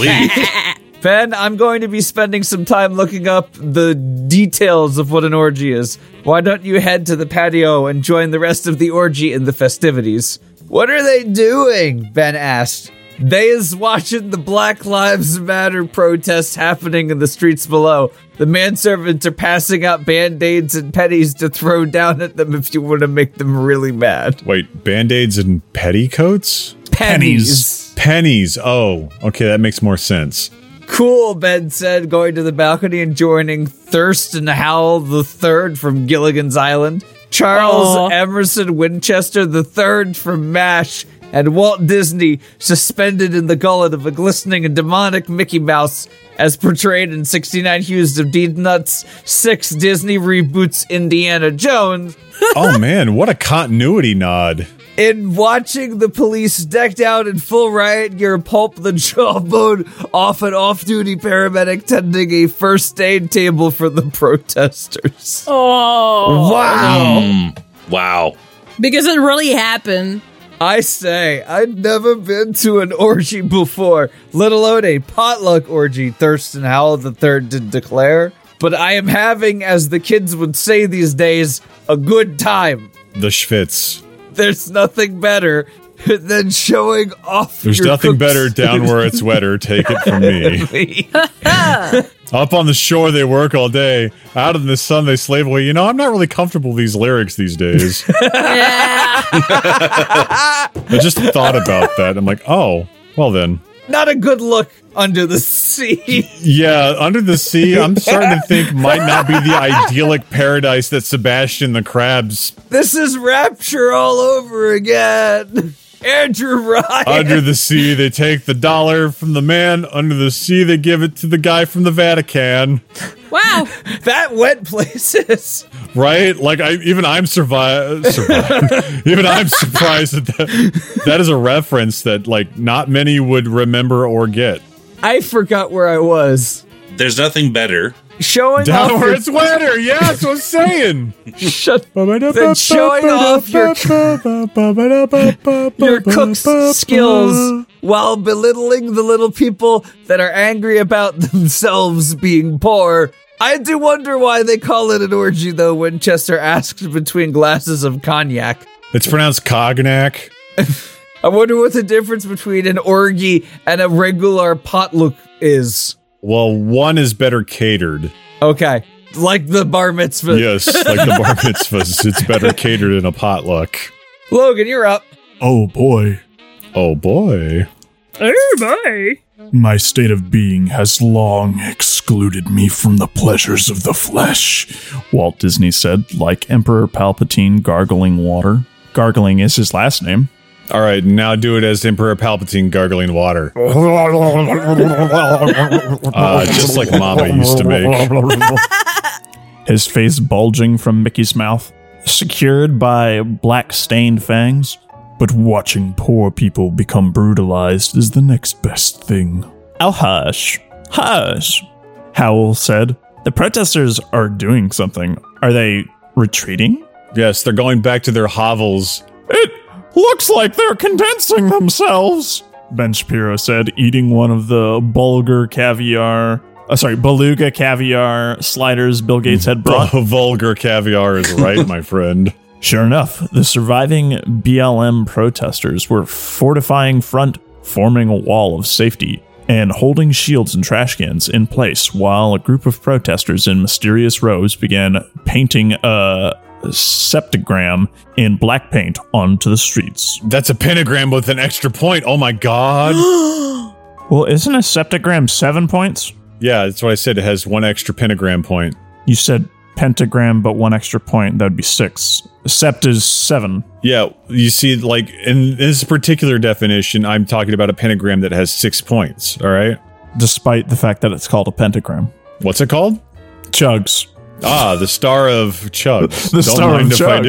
B: Bleef. ben, I'm going to be spending some time looking up the details of what an orgy is. Why don't you head to the patio and join the rest of the orgy in the festivities? What are they doing? Ben asked. They is watching the Black Lives Matter protests happening in the streets below. The manservants are passing out band-aids and pennies to throw down at them if you want to make them really mad.
C: Wait, band aids and petticoats?
E: Pennies.
C: Pennies. Oh, okay, that makes more sense.
B: Cool, Ben said, going to the balcony and joining Thurston Howell the Third from Gilligan's Island, Charles
F: Aw.
B: Emerson Winchester the Third from MASH, and Walt Disney suspended in the gullet of a glistening and demonic Mickey Mouse, as portrayed in 69 Hues of Deed Nuts, six Disney reboots Indiana Jones,
C: Oh man, what a continuity nod.
B: in watching the police decked out in full riot gear pulp the (laughs) jawbone off an off duty paramedic tending a first aid table for the protesters.
F: Oh.
B: Wow.
D: Wow.
F: Because it really happened.
B: I say, I'd never been to an orgy before, let alone a potluck orgy, Thurston Howell III did declare. But I am having, as the kids would say these days, a good time.
C: The Schwitz.
B: There's nothing better than showing off.
C: There's
B: your
C: nothing
B: cooks.
C: better down where it's wetter. Take it from me.
B: (laughs)
C: Up on the shore, they work all day. Out in the sun, they slave away. You know, I'm not really comfortable with these lyrics these days.
F: (laughs) Yeah.
C: I just thought about that. I'm like, oh, well then.
B: Not a good look under the sea. (laughs)
C: Yeah, under the sea, I'm starting to think might not be the idyllic paradise that Sebastian the Crab's
B: this is rapture all over again. Andrew Ryan.
C: under the sea. They take the dollar from the man under the sea. They give it to the guy from the Vatican,
F: wow.
B: (laughs) that went places.
C: right? Like I, even I'm survi- survived. (laughs) even I'm surprised that, that that is a reference that like not many would remember or get.
B: I forgot where I was.
D: There's nothing better.
B: Showing off your-
C: Downwards wetter. Yeah, that's what I'm saying.
B: (laughs) shut
C: Then
B: showing off
C: (laughs)
B: your- your cook's skills while belittling the little people that are angry about (laughs) themselves being poor. I do wonder why they call it an orgy, though, Winchester asked between glasses of cognac.
C: It's pronounced cognac.
B: I wonder what the difference between an orgy and a regular potluck is.
C: Well, one is better catered.
B: Okay. Like the bar mitzvah.
C: Yes, like the bar mitzvahs, it's better catered in a potluck.
B: Logan, you're up.
E: Oh boy.
C: Oh boy.
F: Oh,
E: My state of being has long excluded me from the pleasures of the flesh, Walt Disney said, like Emperor Palpatine gargling water. Gargling is his last name.
C: All right, now do it as Emperor Palpatine gargling water. Uh, just like Mama used to make.
E: his face bulging from Mickey's mouth, secured by black stained fangs. But watching poor people become brutalized is the next best thing. Oh, hush. Hush. Howell said. The protesters are doing something. Are they retreating?
C: Yes, they're going back to their hovels.
E: It looks like they're condensing themselves, Ben Shapiro said, eating one of the bulgur caviar. Uh, sorry, beluga caviar sliders Bill Gates had brought.
C: Vulgar caviar is right, my friend.
E: Sure enough, the surviving BLM protesters were fortifying front, forming a wall of safety, and holding shields and trash cans in place while a group of protesters in mysterious rows began painting a septagram in black paint onto the streets.
C: That's a pentagram with an extra point. Oh my god.
E: Well, isn't a septagram seven points?
C: Yeah, that's what I said. It has one extra pentagram point.
E: You said pentagram, but one extra point, that would be six. Sept is seven.
C: Yeah, you see, like in this particular definition, I'm talking about a pentagram that has six points. All right.
E: despite the fact that it's called a pentagram.
C: What's it called?
E: Chugs.
C: Ah, the Star of Chug.
E: (laughs) The Star of Chug.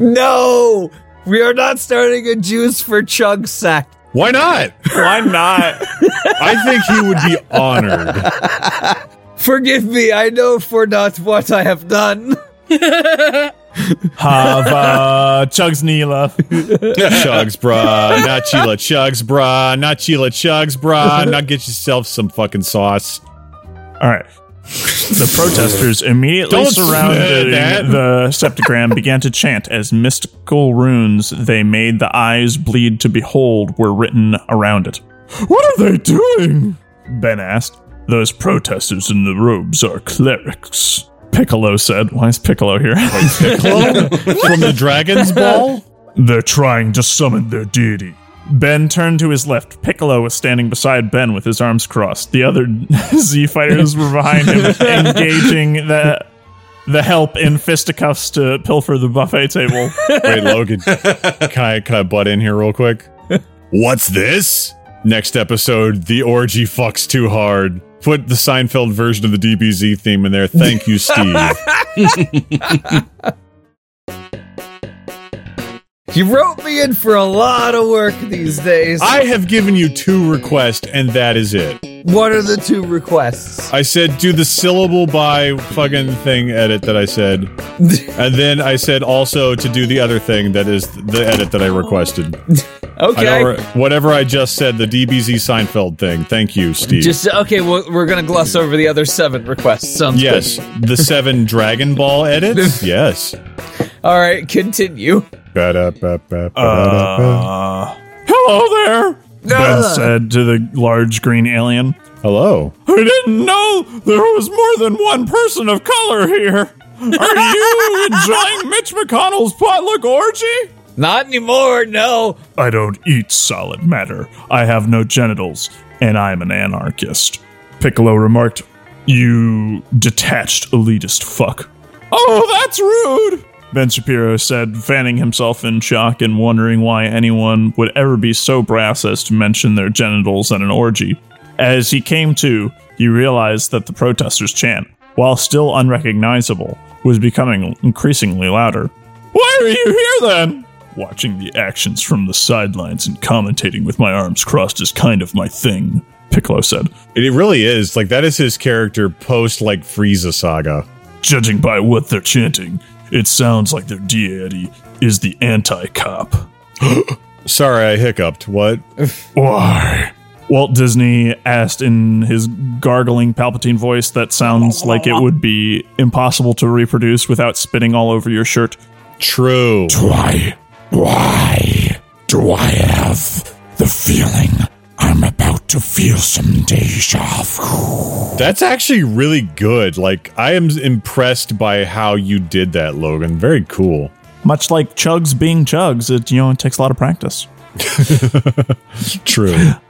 B: No! We are not starting a juice for Chug Sack.
C: Why not?
E: Why not?
C: I think he would be honored.
B: Forgive me, I know for not what I have done.
E: Hava uh, Chugs Neela.
C: Chugs, brah. Not Chila Chugs, brah. Not Chila Chugs, brah. Now get yourself some fucking sauce.
E: All right. The protesters immediately
C: Don't say
E: surrounding
C: that.
E: the septagram began to chant as mystical runes they made the eyes bleed to behold were written around it. What are they doing? Ben asked. Those protesters in the robes are clerics. Piccolo said. Why is Piccolo here?
C: from the Dragon's Ball?
E: They're trying to summon their deity. Ben turned to his left. Piccolo was standing beside Ben with his arms crossed. The other (laughs) Z fighters were behind him, engaging the the help in fisticuffs to pilfer the buffet table.
C: Wait, Logan, can I, can I butt in here real quick? What's this? Next episode, the orgy fucks too hard. Put the Seinfeld version of the DBZ theme in there. Thank you, Steve.
B: You wrote me in for a lot of work these days.
C: I have given you two requests, and that is it.
B: what are the two requests?
C: I said do the syllable by fucking thing edit that I said, and then I said also to do the other thing that is the edit that I requested. I
B: Okay.
C: don't re- whatever I just said, the DBZ Seinfeld thing. Thank you, Steve.
B: Just okay. Well, we're gonna gloss over the other seven requests. Sounds
C: Yes, the seven Dragon Ball
E: (laughs)
C: edits. Yes.
B: good. All right, continue.
C: Ba-da-ba-ba-ba-da-ba.
E: Uh. Hello there, Ben said to the large green alien.
C: Hello.
E: I didn't know there was more than one person of color here. Are you enjoying Mitch McConnell's potluck orgy?
B: Not anymore. No.
E: I don't eat solid matter. I have no genitals, and I'm an anarchist. Piccolo remarked, You detached elitist fuck. Oh, that's rude! Ben Shapiro said, fanning himself in shock and wondering why anyone would ever be so brass as to mention their genitals at an orgy. As he came to, he realized that the protesters' chant, while still unrecognizable, was becoming increasingly louder. Why are you here then? Watching the actions from the sidelines and commentating with my arms crossed is kind of my thing, Piccolo said.
C: It really is. Like, that is his character post, like, Frieza saga.
E: Judging by what they're chanting, it sounds like their deity is the anti cop.
C: Sorry, I hiccuped. What?
E: Why? Walt Disney asked in his gargling Palpatine voice that sounds like it would be impossible to reproduce without spitting all over your shirt.
C: True.
E: Why? Why do I have the feeling I'm about to feel some deja vu?
C: That's actually really good. Like, I am impressed by how you did that, Logan. Very cool.
E: Much like chugs being chugs, it you know it takes a lot of practice.
C: True.
E: (gasps)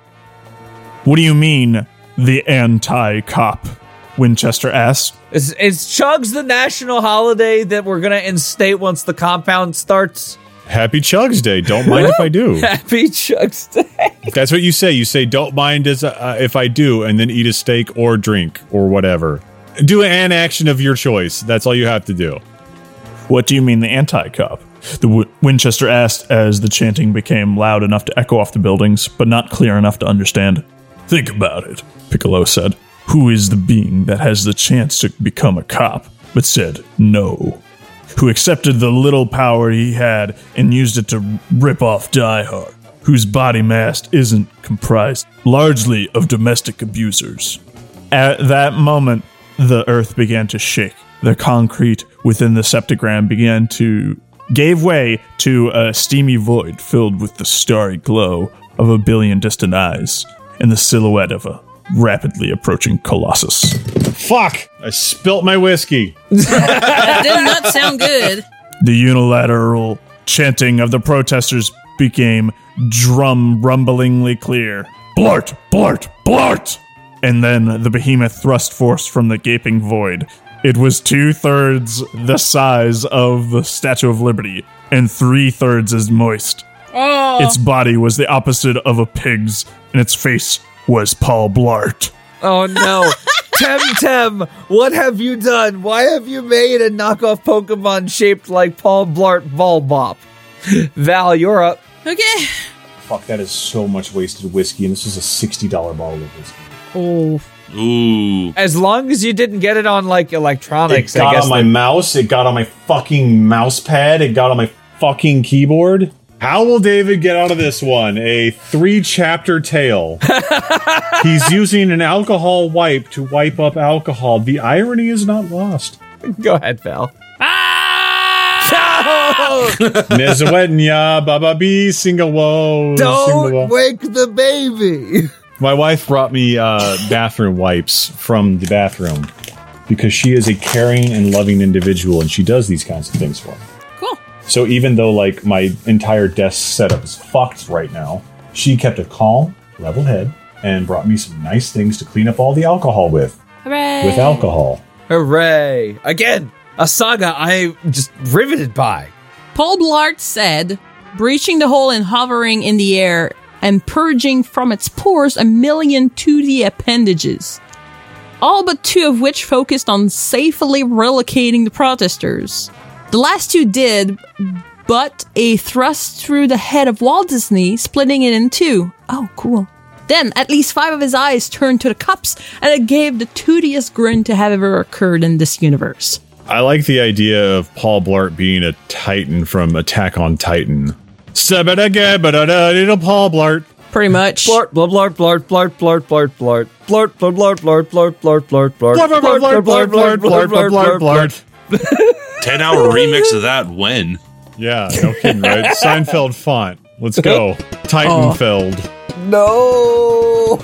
E: What do you mean, the anti-cop? Winchester asked.
B: Is, is Chugs the national holiday that we're gonna instate once the compound starts? (laughs)
C: Happy Chugs Day. Don't mind if I
E: (laughs)
C: do.
B: Happy Chugs Day.
C: That's what you say. You say, don't mind as, uh, if I do, and then eat a steak or drink or whatever. Do an action of your choice. That's all you have to do.
E: What do you mean, the anti-cop? The w- Winchester asked as the chanting became loud enough to echo off the buildings, but not clear enough to understand. Think about it, Piccolo said. Who is the being that has the chance to become a cop, but said no? Who accepted the little power he had and used it to rip off Die Hard? Whose body mass isn't comprised largely of domestic abusers? At that moment, the earth began to shake. The concrete within the septagram began to gave way to a steamy void filled with the starry glow of a billion distant eyes and the silhouette of a rapidly approaching colossus.
C: Fuck! I spilt my whiskey.
F: That did not sound good.
E: The unilateral chanting of the protesters became drum rumblingly clear. Blart, blart, blart! And then the behemoth thrust forth from the gaping void. It was two thirds the size of the Statue of Liberty and three thirds as moist.
F: (laughs) Oh,
E: Its body was the opposite of a pig's, and its face was Paul Blart.
B: Oh (laughs) no. Temtem, what have you done? Why have you made a knockoff Pokemon shaped like Paul Blart Bulbop? (laughs) Val, you're up.
F: okay.
C: Fuck, that is so much wasted whiskey, and this is a $60 bottle of whiskey.
F: Oh,
D: Ooh.
B: As long as you didn't get it on like electronics, I guess.
C: mouse, it got on my fucking mouse pad, it got on my fucking keyboard. How will David get out of this one? A three
B: (laughs)
C: chapter tale. He's using an alcohol wipe to
B: (laughs)
C: wipe up alcohol. The irony is not lost.
B: Go ahead, Val.
F: ah!
B: child.
C: Nezawenya, Baba B, sing a woe. sing a woe.
B: Don't wake the baby.
C: My wife brought me uh, bathroom wipes from the bathroom because she is a caring and loving individual and she does these kinds of things for me.
F: Cool.
C: So even though like my entire desk setup is fucked right now, she kept a calm, level head and brought me some nice things to clean up all the alcohol with.
F: Hooray.
C: With alcohol.
B: Hooray. Again, a saga I'm just riveted by.
F: Paul Blart said, breaching the hole and hovering in the air and purging from its pores a million 2D appendages, all but two of which focused on safely relocating the protesters. The last two did, but a thrust through the head of Walt Disney, splitting it in two. Oh, cool. Then, at least five of his eyes turned to the cups, and it gave the tootiest grin to have ever occurred in this universe.
C: I like the idea of Paul Blart being a Titan from Attack on Titan. Sabadagabadada, little Paul Blart.
F: Pretty much.
B: Blart, blart, blart, blart, blart, blart, blart, blart. Blart, blart, blart, blart, blart, blart, blart, blart.
C: Blart, blart, blart, blart, blart, blart, blart, blart, blart.
D: 10 hour remix of that when?
C: Yeah, no
B: (laughs)
C: kidding, right? Seinfeld font. Let's go. Titanfeld.
B: No.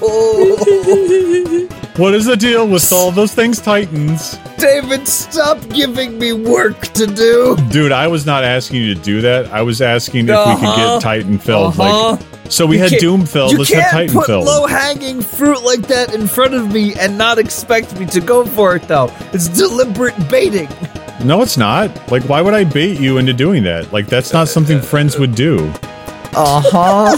C: What is the deal with all those things, Titans?
B: David, stop giving me work to do.
C: Dude, I was not asking you to do that. I was asking if we could
B: Uh-huh.
C: get Titanfeld.
B: Uh-huh.
C: Like, so we had
B: can't-
C: Doomfeld.
B: you
C: Let's have
B: can't
C: Titanfeld.
B: put low-hanging fruit like that in front of me and not expect me to go for it, though. It's deliberate baiting.
C: no, it's not. Like, why would I bait you into doing that? Like, that's not something friends would do.
B: Uh-huh.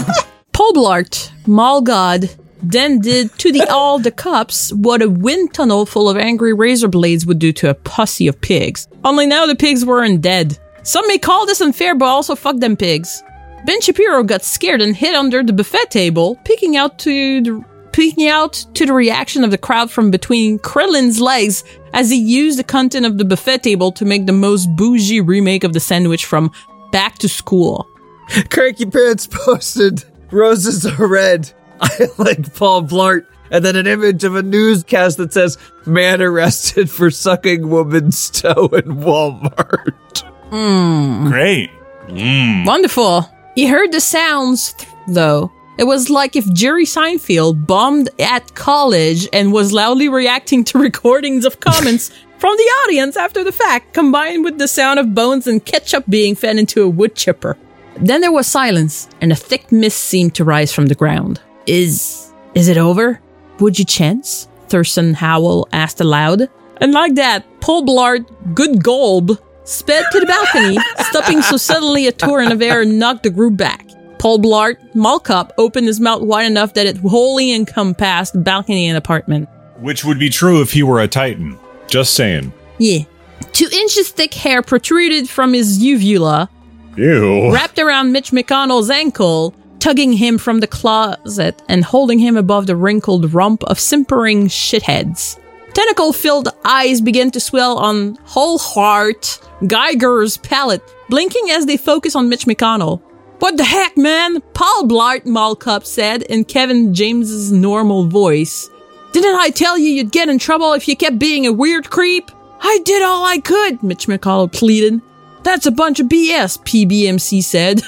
F: Poblart, Mall God, then did to the all the cups what a wind tunnel full of angry razor blades would do to a posse of pigs. Only now the pigs weren't dead. Some may call this unfair, but also fuck them pigs. Ben Shapiro got scared and hid under the buffet table, peeking out to the peeking out to the reaction of the crowd from between Krillin's legs as he used the content of the buffet table to make the most bougie remake of the sandwich from Back to School.
B: (laughs) Cranky Pants posted, Roses are red. (laughs) I like Paul Blart. And then an image of a newscast that says, Man arrested for sucking woman's toe in Walmart.
E: Great.
F: Wonderful. He heard the sounds, th- though. It was like if Jerry Seinfeld bombed at college and was loudly reacting to (laughs) recordings of comments from the audience after the fact, combined with the sound of bones and ketchup being fed into a wood chipper. Then there was silence, and a thick mist seemed to rise from the ground. Is is it over? Would you chance? Thurston Howell asked aloud. And like that, Paul Blart, good gold, sped to the balcony, stopping so suddenly a torrent of air knocked the group back. Paul Blart, Malkop, opened his mouth wide enough that it wholly encompassed the balcony and apartment.
C: Which would be true if he were a Titan. Just saying.
F: Yeah. Two inches thick hair protruded from his uvula,
C: Ew.
F: wrapped around Mitch McConnell's ankle, tugging him from the closet and holding him above the wrinkled rump of simpering shitheads. Tentacle filled eyes began to swell on whole heart, Geiger's palate, blinking as they focus on Mitch McConnell. What the heck, man? Paul Blart, Malcup said in Kevin James's normal voice. Didn't I tell you you'd get in trouble if you kept being a weird creep? I did all I could, Mitch McConnell pleaded. That's a bunch of BS, PBMC said.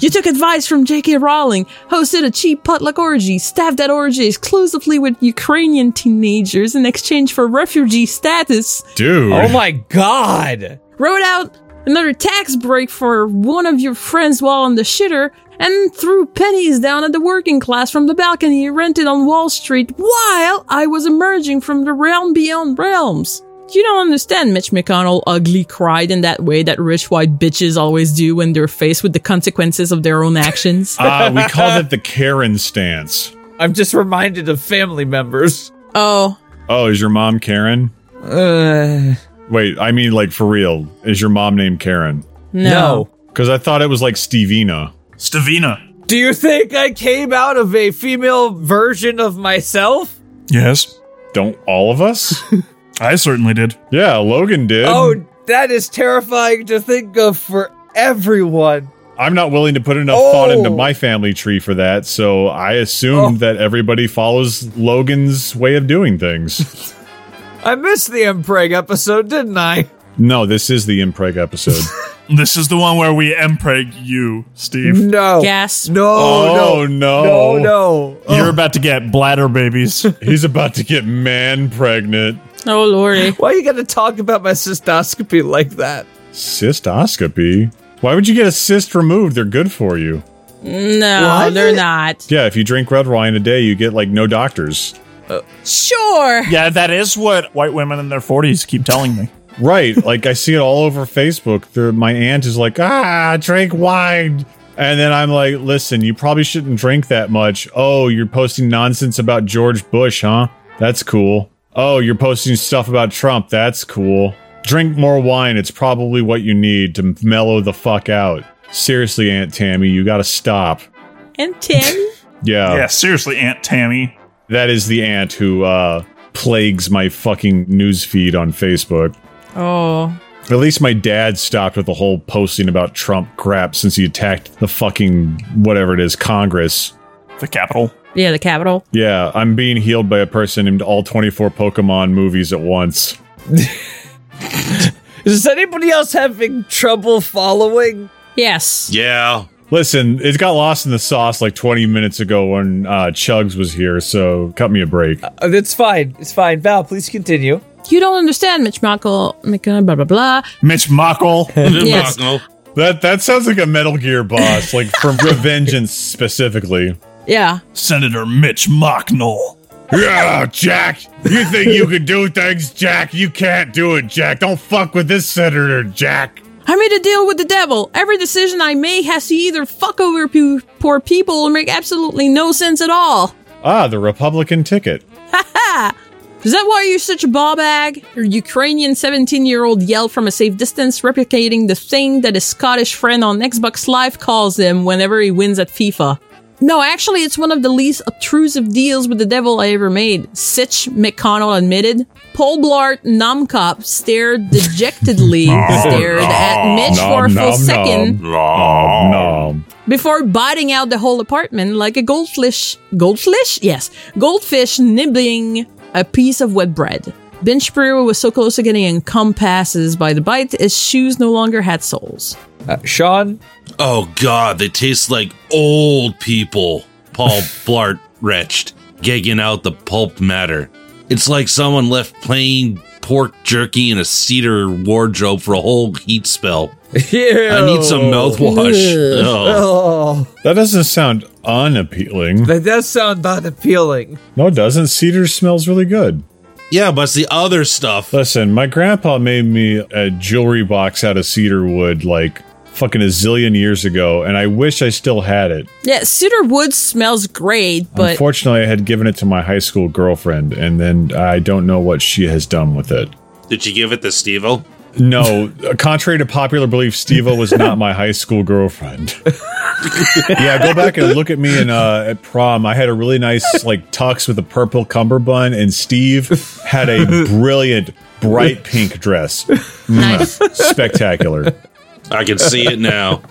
F: you took advice from J.K. Rowling, hosted a cheap potluck orgy, staffed that orgy exclusively with Ukrainian teenagers in exchange for refugee status,
C: Dude.
B: Oh my god.
F: wrote out another tax break for one of your friends while on the shitter, and threw pennies down at the working class from the balcony rented on Wall Street while I was emerging from the realm beyond realms. You don't understand, Mitch McConnell ugly cried in that way that rich white bitches always do when they're faced with the consequences of their own (laughs) actions.
C: Ah, we call that the Karen stance.
B: I'm just reminded of family members.
F: oh,
C: Oh, is your mom Karen?
B: Uh,
C: Wait, I mean, like for real. Is your mom named Karen?
F: no.
C: Because I thought it was like Stevina.
E: Stavina.
B: Do you think I came out of a female version of myself?
E: Yes,
C: Don't all
B: (laughs)
C: of us?
E: I certainly did.
C: yeah, Logan did.
B: Oh, that is terrifying to think of for everyone.
C: I'm not willing to put enough
B: Oh.
C: thought into my family tree for that, so I assume that everybody
B: (laughs)
C: follows Logan's way of doing things.
B: I missed the M Preg episode, didn't I?
C: No, this is the
B: (laughs)
C: impreg episode.
E: This is the one where we impreg you, Steve.
B: No.
F: Gasp.
B: No, no.
C: Oh, no.
B: No, no.
E: You're about to get bladder (laughs) babies.
C: He's about to get man pregnant.
F: Oh, lordy.
B: Why you got to talk about my cystoscopy like that?
C: Cystoscopy? Why would you get a cyst removed? They're good for you.
F: No,
B: What?
F: they're not.
C: Yeah, if you drink red wine a day, you get like no doctors.
F: Sure.
E: yeah, that is what white women in their 40s keep telling me.
C: Right. (laughs) like I see it all over Facebook. There, my aunt is like, ah, drink wine. And then I'm like, listen, you probably shouldn't drink that much. Oh, you're posting nonsense about George Bush, huh? That's cool. Oh, you're posting stuff about Trump. That's cool. Drink more wine. It's probably what you need to mellow the fuck out. Seriously, Aunt Tammy, you gotta stop.
F: And Tim?
C: Yeah.
E: Yeah, seriously, Aunt Tammy.
C: That is the aunt who uh, plagues my fucking newsfeed on Facebook.
F: (laughs) Oh.
C: At least my dad stopped with the whole posting about Trump crap since he attacked the fucking whatever it is, Congress.
E: The capital.
F: Yeah, the capital.
C: Yeah, I'm being healed by a person named all 24 Pokemon movies at once.
B: Is anybody else having trouble following?
F: Yes.
D: Yeah.
C: Listen, it got lost in the sauce like 20 minutes ago when uh, Chugs was here, so cut me a break.
B: Uh, It's fine. It's fine. Val, please continue.
F: You don't understand, Mitch Michael, Michael blah, blah, blah.
E: Mitch (laughs) Mockle.
F: Yes.
D: No.
C: That that sounds like a Metal Gear boss, like from Revengeance specifically.
F: Yeah.
E: Senator Mitch Mocknell.
C: Yeah, Jack. You think you can do things, Jack? You can't do it, Jack. Don't fuck with this senator, Jack.
F: I made a deal with the devil. Every decision I make has to either fuck over pe- poor people or make absolutely no sense at all.
C: Ah, the Republican ticket.
F: Is that why you're such a ball bag? Your Ukrainian 17 year old yelled from a safe distance, replicating the thing that his Scottish friend on Xbox Live calls him whenever he wins at FIFA. No, actually, it's one of the least obtrusive deals with the devil I ever made, Sitch McConnell admitted. Paul Blart Numcop
C: (laughs)
F: stared dejectedly stared at Mitch
C: Oh, nom,
F: for a full
C: nom,
F: second
C: No.
F: before biting out the whole apartment like a goldfish. Goldfish? Yes. Goldfish nibbling a piece of wet bread. Ben Shapiro was so close to getting encompasses by the bite, his shoes no longer had soles.
B: Uh, Sean,
D: Oh God, they taste like old people. Paul Blart retched, gagging out the pulp matter. It's like someone left plain pork jerky in a cedar wardrobe for a whole heat spell. I need some mouthwash. Ugh.
B: Oh,
C: That doesn't sound unappealing.
B: that does sound unappealing.
C: No, it doesn't. Cedar smells really good.
D: Yeah, but it's the other stuff.
C: Listen, my grandpa made me a jewelry box out of cedar wood like fucking a zillion years ago, and I wish I still had it.
F: Yeah, cedar wood smells great, but
C: Unfortunately, I had given it to my high school girlfriend, and then I don't know what she has done with it.
D: Did you give it to Steve O?
C: No, contrary to popular belief, Steva was not my high school girlfriend. (laughs) yeah, go back and look at me in uh, at prom. I had a really nice like tux with a purple cummerbund, and Steve had a brilliant bright pink dress, Mm,
F: nice.
C: spectacular.
D: I can see it now.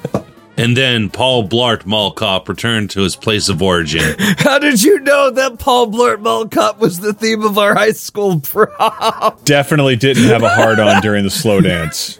D: And then Paul Blart Mall Cop returned to his place of origin.
B: How did you know that Paul Blart Mall Cop was the theme of our high school prom?
C: Definitely didn't have a hard on during the slow dance.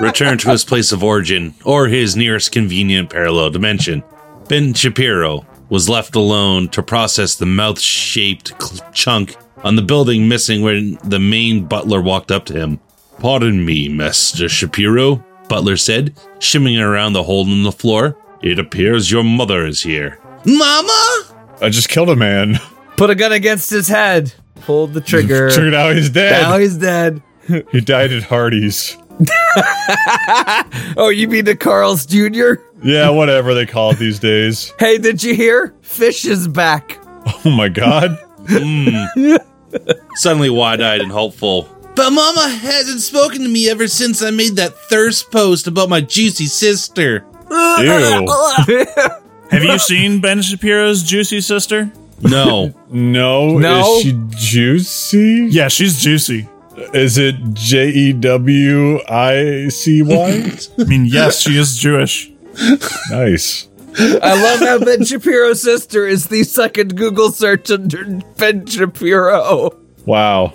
D: Return to his place of origin or his nearest convenient parallel dimension. Ben Shapiro was left alone to process the mouth shaped chunk on the building missing when the main butler walked up to him. Pardon me, Master Shapiro, Butler said, shimmying around the hole in the floor. It appears your mother is here. Mama?
C: I just killed a man.
B: Put a gun against his head. Pulled the trigger.
C: Turned out he's
B: now
C: dead.
B: he's dead.
C: He died at Hardee's.
B: Oh, you mean the Carl's Jr.?
C: Yeah, whatever they call it these days.
B: Hey, did you hear? Fish is back.
C: Oh my god.
D: Suddenly wide eyed and hopeful. But Mama hasn't spoken to me ever since I made that thirst post about my juicy sister.
C: Ew.
E: Have you seen Ben Shapiro's Juicy Sister?
D: No.
C: No,
B: No?
C: is she juicy?
E: Yeah, she's juicy.
C: Is it J E W I C Y?
E: I mean, yes, she is Jewish.
C: Nice.
B: (laughs) I love how Ben Shapiro's sister is the second Google search under Ben Shapiro.
C: Wow.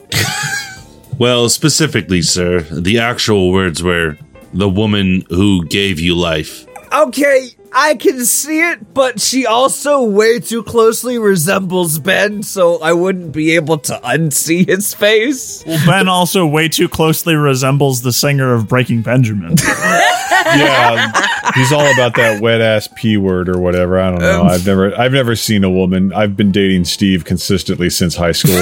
D: Well, specifically, sir, the actual words were the woman who gave you life.
B: Okay, I can see it, but she also way too closely resembles Ben, so I wouldn't be able to unsee his face. (laughs)
E: Well, Ben also way too closely resembles the singer of Breaking (laughs) Benjamin.
C: yeah, he's all about that wet ass p word or whatever. I don't know. I've never, I've never seen a woman. I've been dating Steve consistently since high school.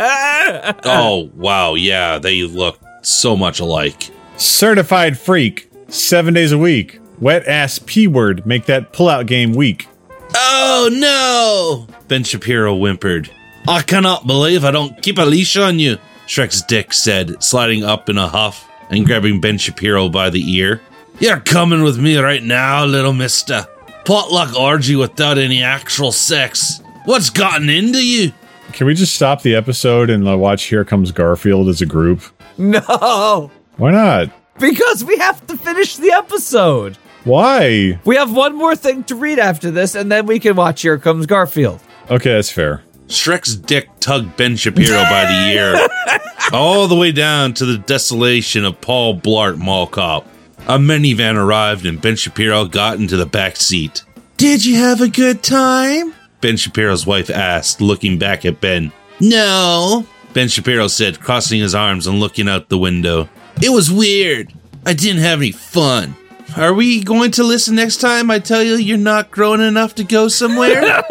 D: Oh, wow. Yeah, they look so much alike.
C: Certified freak, seven days a week. Wet ass p word. Make that pullout game weak.
D: Oh, no! Ben Shapiro whimpered. I cannot believe I don't keep a leash on you, Shrek's dick said, sliding up in a huff and grabbing Ben Shapiro by the ear. You're coming with me right now, little mister. Potluck orgy without any actual sex. What's gotten into you?
C: Can we just stop the episode and uh, watch Here Comes Garfield as a group?
B: No,
C: Why not?
B: because we have to finish the episode.
C: Why?
B: We have one more thing to read after this, and then we can watch Here Comes Garfield.
C: Okay, that's fair.
D: Shrek's dick tugged Ben Shapiro by the ear, all the way down to the desolation of Paul Blart Mall Cop. A minivan arrived and Ben Shapiro got into the back seat. Did you have a good time? Ben Shapiro's wife asked, looking back at Ben. No, Ben Shapiro said, crossing his arms and looking out the window. It was weird. I didn't have any fun. Are we going to listen next time I tell you you're not grown enough to go (laughs) somewhere?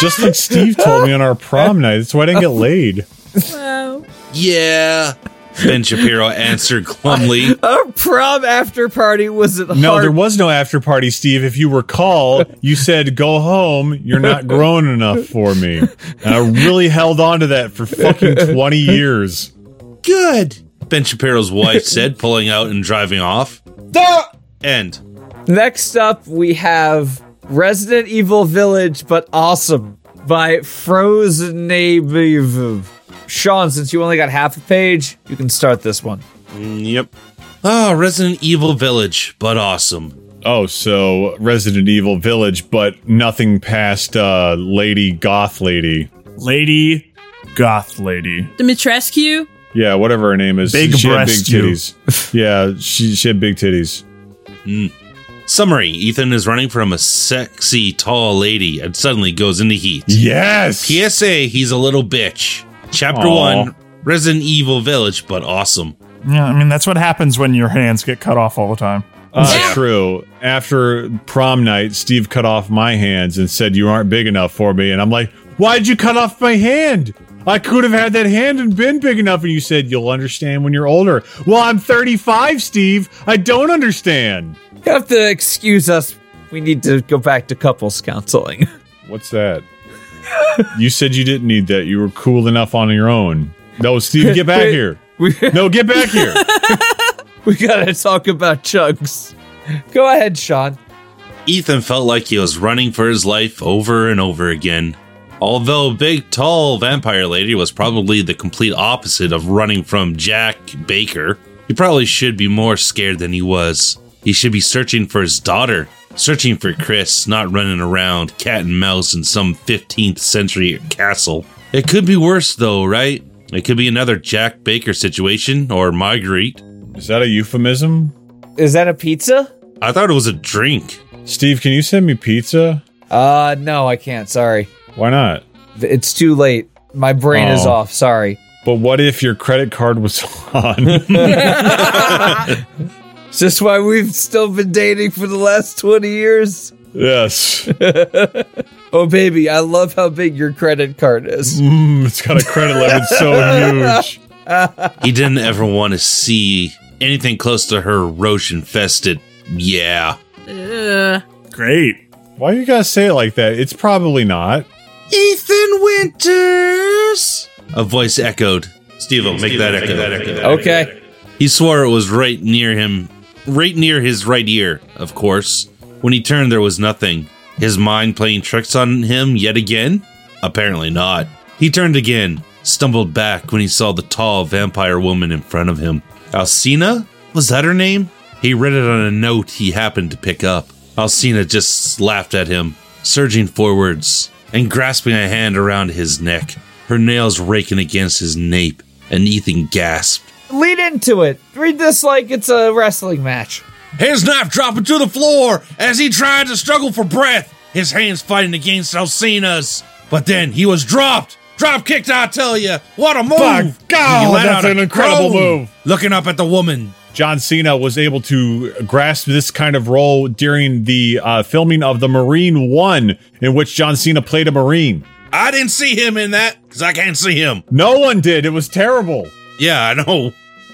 C: Just like Steve told me on our prom night. That's why I didn't get laid.
D: yeah. Ben Shapiro answered glumly.
B: Our prom after party was at
C: No,
B: heart.
C: there was no after party, Steve. If you recall, you said, go home. You're not grown enough for me. And I really held on to that for fucking 20 years.
D: Good, Ben Shapiro's wife said, pulling out and driving off. End.
B: Next up, we have Resident Evil Village, but awesome by Frozen Nave. Sean, since you only got half a page, you can start this one.
D: Yep. Ah, Resident Evil Village, but awesome.
C: Oh, so Resident Evil Village, but nothing past uh, Lady Goth Lady.
E: lady, goth lady.
F: Dimitrescu?
C: Yeah, whatever her name is.
E: Big
C: she had big
E: breast, you.
C: titties. yeah, she, she had big titties.
D: Summary Ethan is running from a sexy, tall lady and suddenly goes into heat.
C: Yes.
D: PSA, he's a little bitch. Chapter
C: Aw.
D: 1 Resident Evil Village, but awesome.
E: Yeah, I mean that's what happens when your hands get cut off all the time.
C: Uh,
D: Yeah.
C: True. After prom night, Steve cut off my hands and said, You aren't big enough for me. And I'm like, Why'd you cut off my hand? I could have had that hand and been big enough. And you said, You'll understand when you're older. Well, I'm 35, Steve. I don't understand.
B: You have to excuse us. We need to go back to couples counseling. (laughs)
C: What's that? you said you didn't need that. You were cool enough on your own. No, Steve, get back here.
B: We,
C: No, get back here.
B: we gotta talk about chugs. Go ahead, Sean.
D: Ethan felt like he was running for his life over and over again. Although Big Tall Vampire Lady was probably the complete opposite of running from Jack Baker, he probably should be more scared than he was. He should be searching for his daughter, searching for Chris, not running around cat and mouse in some 15th century castle. It could be worse though, right? It could be another Jack Baker situation or Marguerite.
C: Is that a euphemism?
B: Is that a pizza?
D: I thought it was a drink.
C: Steve, can you send me pizza?
B: Uh, no, I can't. Sorry.
C: Why not?
B: It's too late. My brain is
C: Oh.
B: off. Sorry.
C: But what if your credit card was (laughs) on?
B: Is this why we've still been dating for the last 20 years?
C: yes.
B: Oh, baby, I love how big your credit card is.
C: Mm, it's got a credit limit so huge.
D: He didn't ever want to see anything close to her roach infested. Yeah.
F: Uh,
E: Great.
C: Why you gotta say it like that? It's probably not.
D: Ethan Winters! A voice echoed. Steve, make, that, echo.
B: Okay.
D: He swore it was right near him, right near his right ear, of course. When he turned, there was nothing. His mind playing tricks on him yet again? Apparently not. He turned again, stumbled back when he saw the tall vampire woman in front of him. Alcina? Was that her name? He read it on a note he happened to pick up. Alcina just laughed at him, surging forwards and grasping a hand around his neck. her nails raking against his nape, and Ethan gasped.
B: Lead into it. Read this like it's a wrestling match.
D: His knife dropping to the floor as he tried to struggle for breath, his hands fighting against Alcina's. But then he was dropped. Drop kicked, I tell you. What a move!
C: By God, that's an incredible move.
D: Looking up at the woman.
C: John Cena was able to grasp this kind of role during the uh, filming of the Marine One, in which John Cena played a Marine.
D: I didn't see him in that because I can't see him.
C: No one did. It was terrible.
D: Yeah, I know.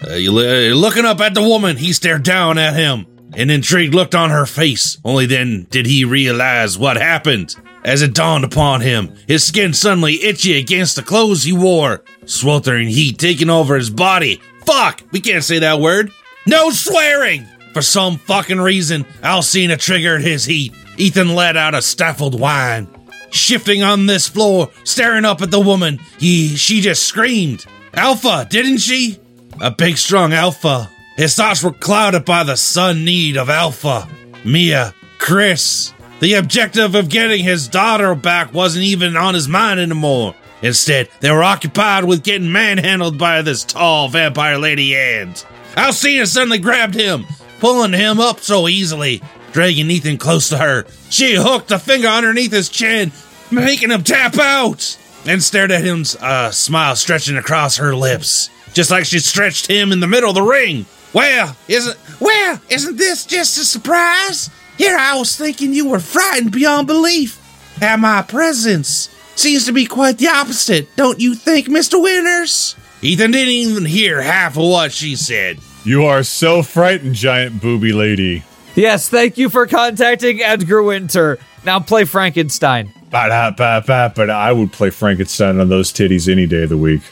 D: Uh, you li- uh, looking up at the woman, he stared down at him. An intrigued looked on her face. Only then did he realize what happened. As it dawned upon him, his skin suddenly itchy against the clothes he wore, sweltering heat taking over his body. Fuck, we can't say that word. No swearing! For some fucking reason, Alcina triggered his heat. Ethan let out a stifled whine. Shifting on this floor, staring up at the woman, he she just screamed. Alpha, didn't she? A big strong alpha. His thoughts were clouded by the sun need of Alpha, Mia, Chris. The objective of getting his daughter back wasn't even on his mind anymore. Instead, they were occupied with getting manhandled by this tall vampire lady and Alcina suddenly grabbed him, pulling him up so easily, dragging Ethan close to her. She hooked a finger underneath his chin, making him tap out, and stared at him, a smile stretching across her lips, just like she stretched him in the middle of the ring. Well, isn't well, isn't this just a surprise? Here I was thinking you were frightened beyond belief at my presence. Seems to be quite the opposite, don't you think, Mr. Winters? Ethan didn't even hear half of what she said.
C: You are so frightened, giant booby lady.
B: Yes, thank you for contacting Edgar Winter. Now play Frankenstein.
C: Ba da ba ba. But I would play Frankenstein on those titties any day of the week.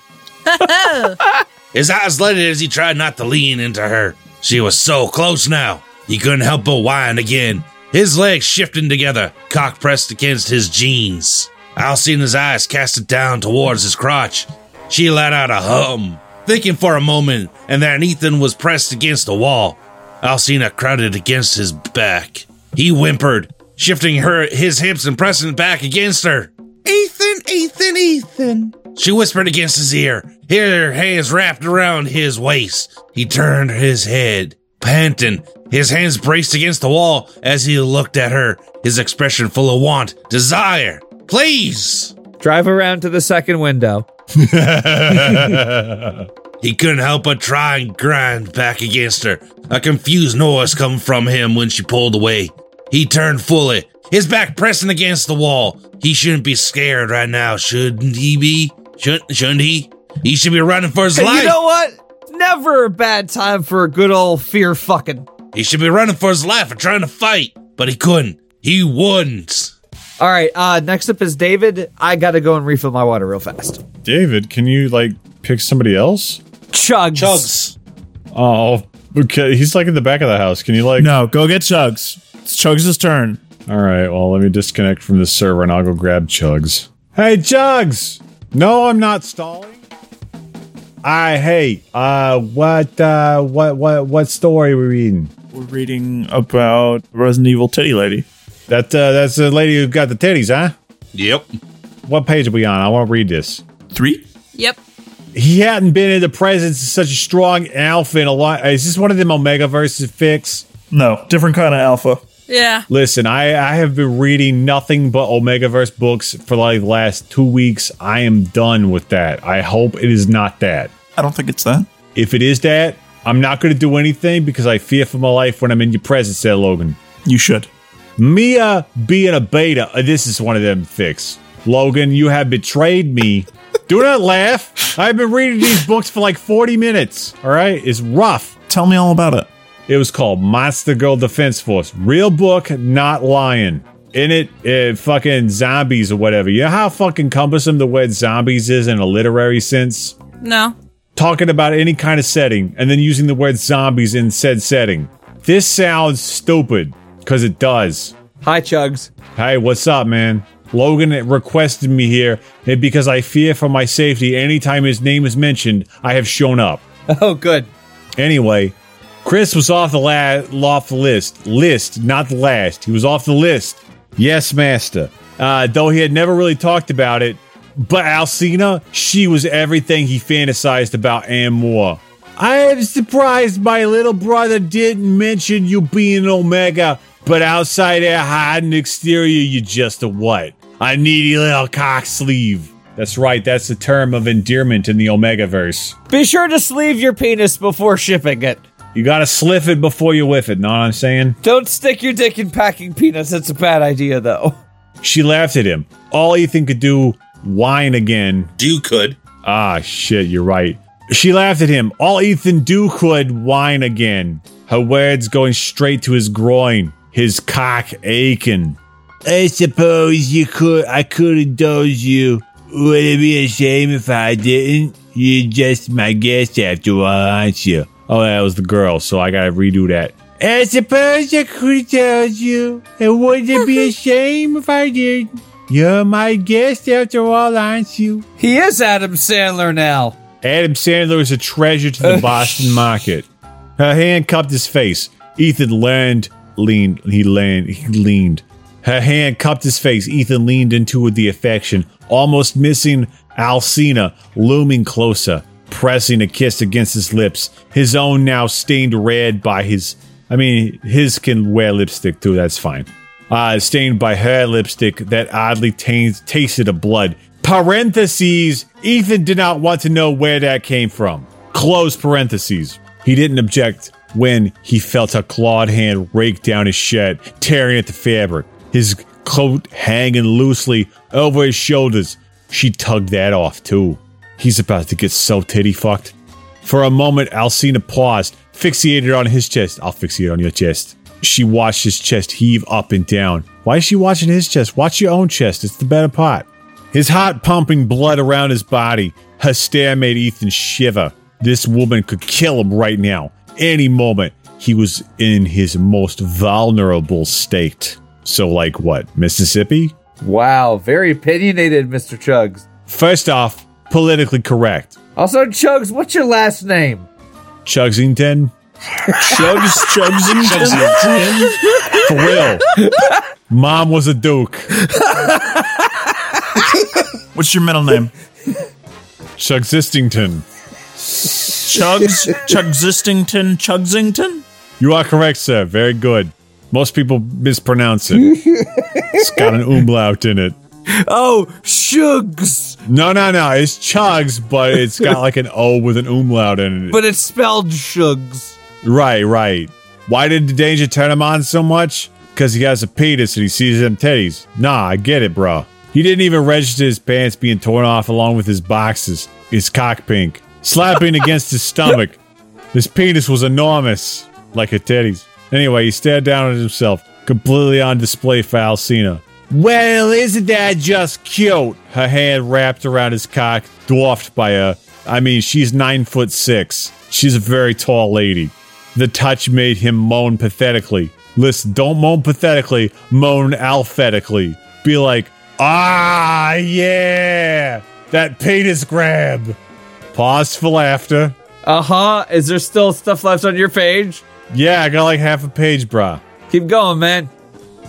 D: His eyes lighted as he tried not to lean into her. She was so close now, he couldn't help but whine again. His legs shifting together, cock pressed against his jeans. Alcina's eyes casted down towards his crotch. She let out a hum, thinking for a moment, and then Ethan was pressed against the wall. Alcina crowded against his back. He whimpered, shifting her his hips and pressing back against her. Ethan, Ethan, Ethan. She whispered against his ear, her hands wrapped around his waist. He turned his head, panting, his hands braced against the wall as he looked at her, his expression full of want, desire. Please!
B: Drive around to the second window.
D: He couldn't help but try and grind back against her. A confused noise come from him when she pulled away. He turned fully, his back pressing against the wall. He shouldn't be scared right now, shouldn't he be? Shouldn't, shouldn't he? He should be running for his
B: And
D: life.
B: you know what? Never a bad time for a good old fear fucking.
D: he should be running for his life and trying to fight, but he couldn't. He wouldn't.
B: All right, uh, next up is David. I gotta go and refill my water real fast.
C: David, can you like pick somebody else?
B: Chugs.
D: Chugs.
C: Oh, okay. He's like in the back of the house. Can you like?
E: No, go get Chugs. It's Chugs' turn.
C: All right. Well, let me disconnect from the server and I'll go grab Chugs. Hey, Chugs. No, I'm not stalling. I hey. Uh, what? Uh, what? What? What story we reading?
E: We're reading about Resident Evil Titty Lady.
C: That uh, that's the lady who got the titties, huh?
D: Yep.
C: What page are we on? I want to read this.
E: Three?
F: Yep.
C: He hadn't been in the presence of such a strong alpha in a lot. Is this one of them Omega versus Fix?
E: No, different kind of alpha.
F: Yeah.
C: Listen, I, I have been reading nothing but Omegaverse books for like the last two weeks. I am done with that. I hope it is not that.
E: I don't think it's that.
C: If it is that, I'm not going to do anything because I fear for my life when I'm in your presence, said Logan.
E: You should.
C: Mia being a beta, uh, this is one of them fix. Logan, you have betrayed me. do not laugh. I've been reading these books for like 40 minutes. All right, it's rough.
E: Tell me all about it.
C: It was called Monster Girl Defense Force. Real book, not lying. In it, it fucking zombies or whatever. You know how fucking cumbersome the word zombies is in a literary sense?
F: No.
C: Talking about any kind of setting and then using the word zombies in said setting. This sounds stupid because it does.
B: Hi, Chugs.
C: Hey, what's up, man? Logan requested me here, and because I fear for my safety anytime his name is mentioned, I have shown up.
B: Oh, good.
C: Anyway, Chris was off the la- off the list. List, not the last. He was off the list. Yes, master. Uh, though he had never really talked about it, But Alcina, she was everything he fantasized about and more. I am surprised my little brother didn't mention you being Omega, but outside that hiding exterior, you're just a what? A needy little cock sleeve. That's right, that's the term of endearment in the Omegaverse.
B: Be sure to sleeve your penis before shipping it.
C: You gotta sliff it before you whiff it, know what I'm saying?
B: Don't stick your dick in packing peanuts. That's a bad idea, though. (laughs)
C: She laughed at him. All Ethan could do, whine again.
D: You could.
C: Ah, shit, you're right. She laughed at him. All Ethan do could whine again. Her words going straight to his groin, his cock aching. I suppose you could. I could have told you. Would it be a shame if I didn't? You're just my guest after all, aren't you? Oh, that was the girl, so I gotta redo that. I suppose I could have told you. And would it be a shame if I did? You're my guest after all, aren't you?
B: He is Adam Sandler now.
C: Adam Sandler is a treasure to the Boston market. Her hand cupped his face. Ethan leaned, leaned, he leaned, he leaned. Her hand cupped his face. Ethan leaned into the affection, almost missing Alcina, looming closer, pressing a kiss against his lips, his own now stained red by his. I mean, his can wear lipstick too, that's fine. Uh, stained by her lipstick that oddly tains tasted of blood. Parentheses, Ethan did not want to know where that came from. Close parentheses. He didn't object when he felt a clawed hand rake down his shirt, tearing at the fabric, his coat hanging loosely over his shoulders. She tugged that off, too. He's about to get so titty fucked. For a moment, Alcina paused, fixated on his chest. I'll fixate on your chest. She watched his chest heave up and down. Why is she watching his chest? Watch your own chest. It's the better part. His heart pumping blood around his body. Her stare made Ethan shiver. This woman could kill him right now. Any moment, he was in his most vulnerable state. So, like what? Mississippi?
B: Wow, very opinionated, Mr. Chugs.
C: First off, politically correct.
B: Also, Chugs, what's your last name?
C: Chugsington?
E: Chugs, chugs, and
C: For real. Mom was a duke.
E: What's your middle name?
C: Chugsistington.
E: Chugs, Chugsistington, Chugsington?
C: You are correct, sir. Very good. Most people mispronounce it. it's got an umlaut in it.
G: Oh, shugs.
C: No, no, no. It's chugs, but it's got like an O with an umlaut in it.
G: But it's spelled shugs.
C: right, right. Why did the danger turn him on so much? Because he has a penis and he sees them titties. Nah, I get it, bro. He didn't even register his pants being torn off along with his boxes, his cock pink, slapping (laughs) against his stomach. His penis was enormous, like her titties. Anyway, he stared down at himself, completely on display for Alcina. Well, isn't that just cute? Her hand wrapped around his cock, dwarfed by her. I mean, she's nine foot six. She's a very tall lady. The touch made him moan pathetically. Listen, don't moan pathetically, moan alphetically. Be like, ah, yeah, that penis grab. Pause for laughter.
B: Uh huh. Is there still stuff left on your page?
C: Yeah, I got like half a page, brah.
B: Keep going, man.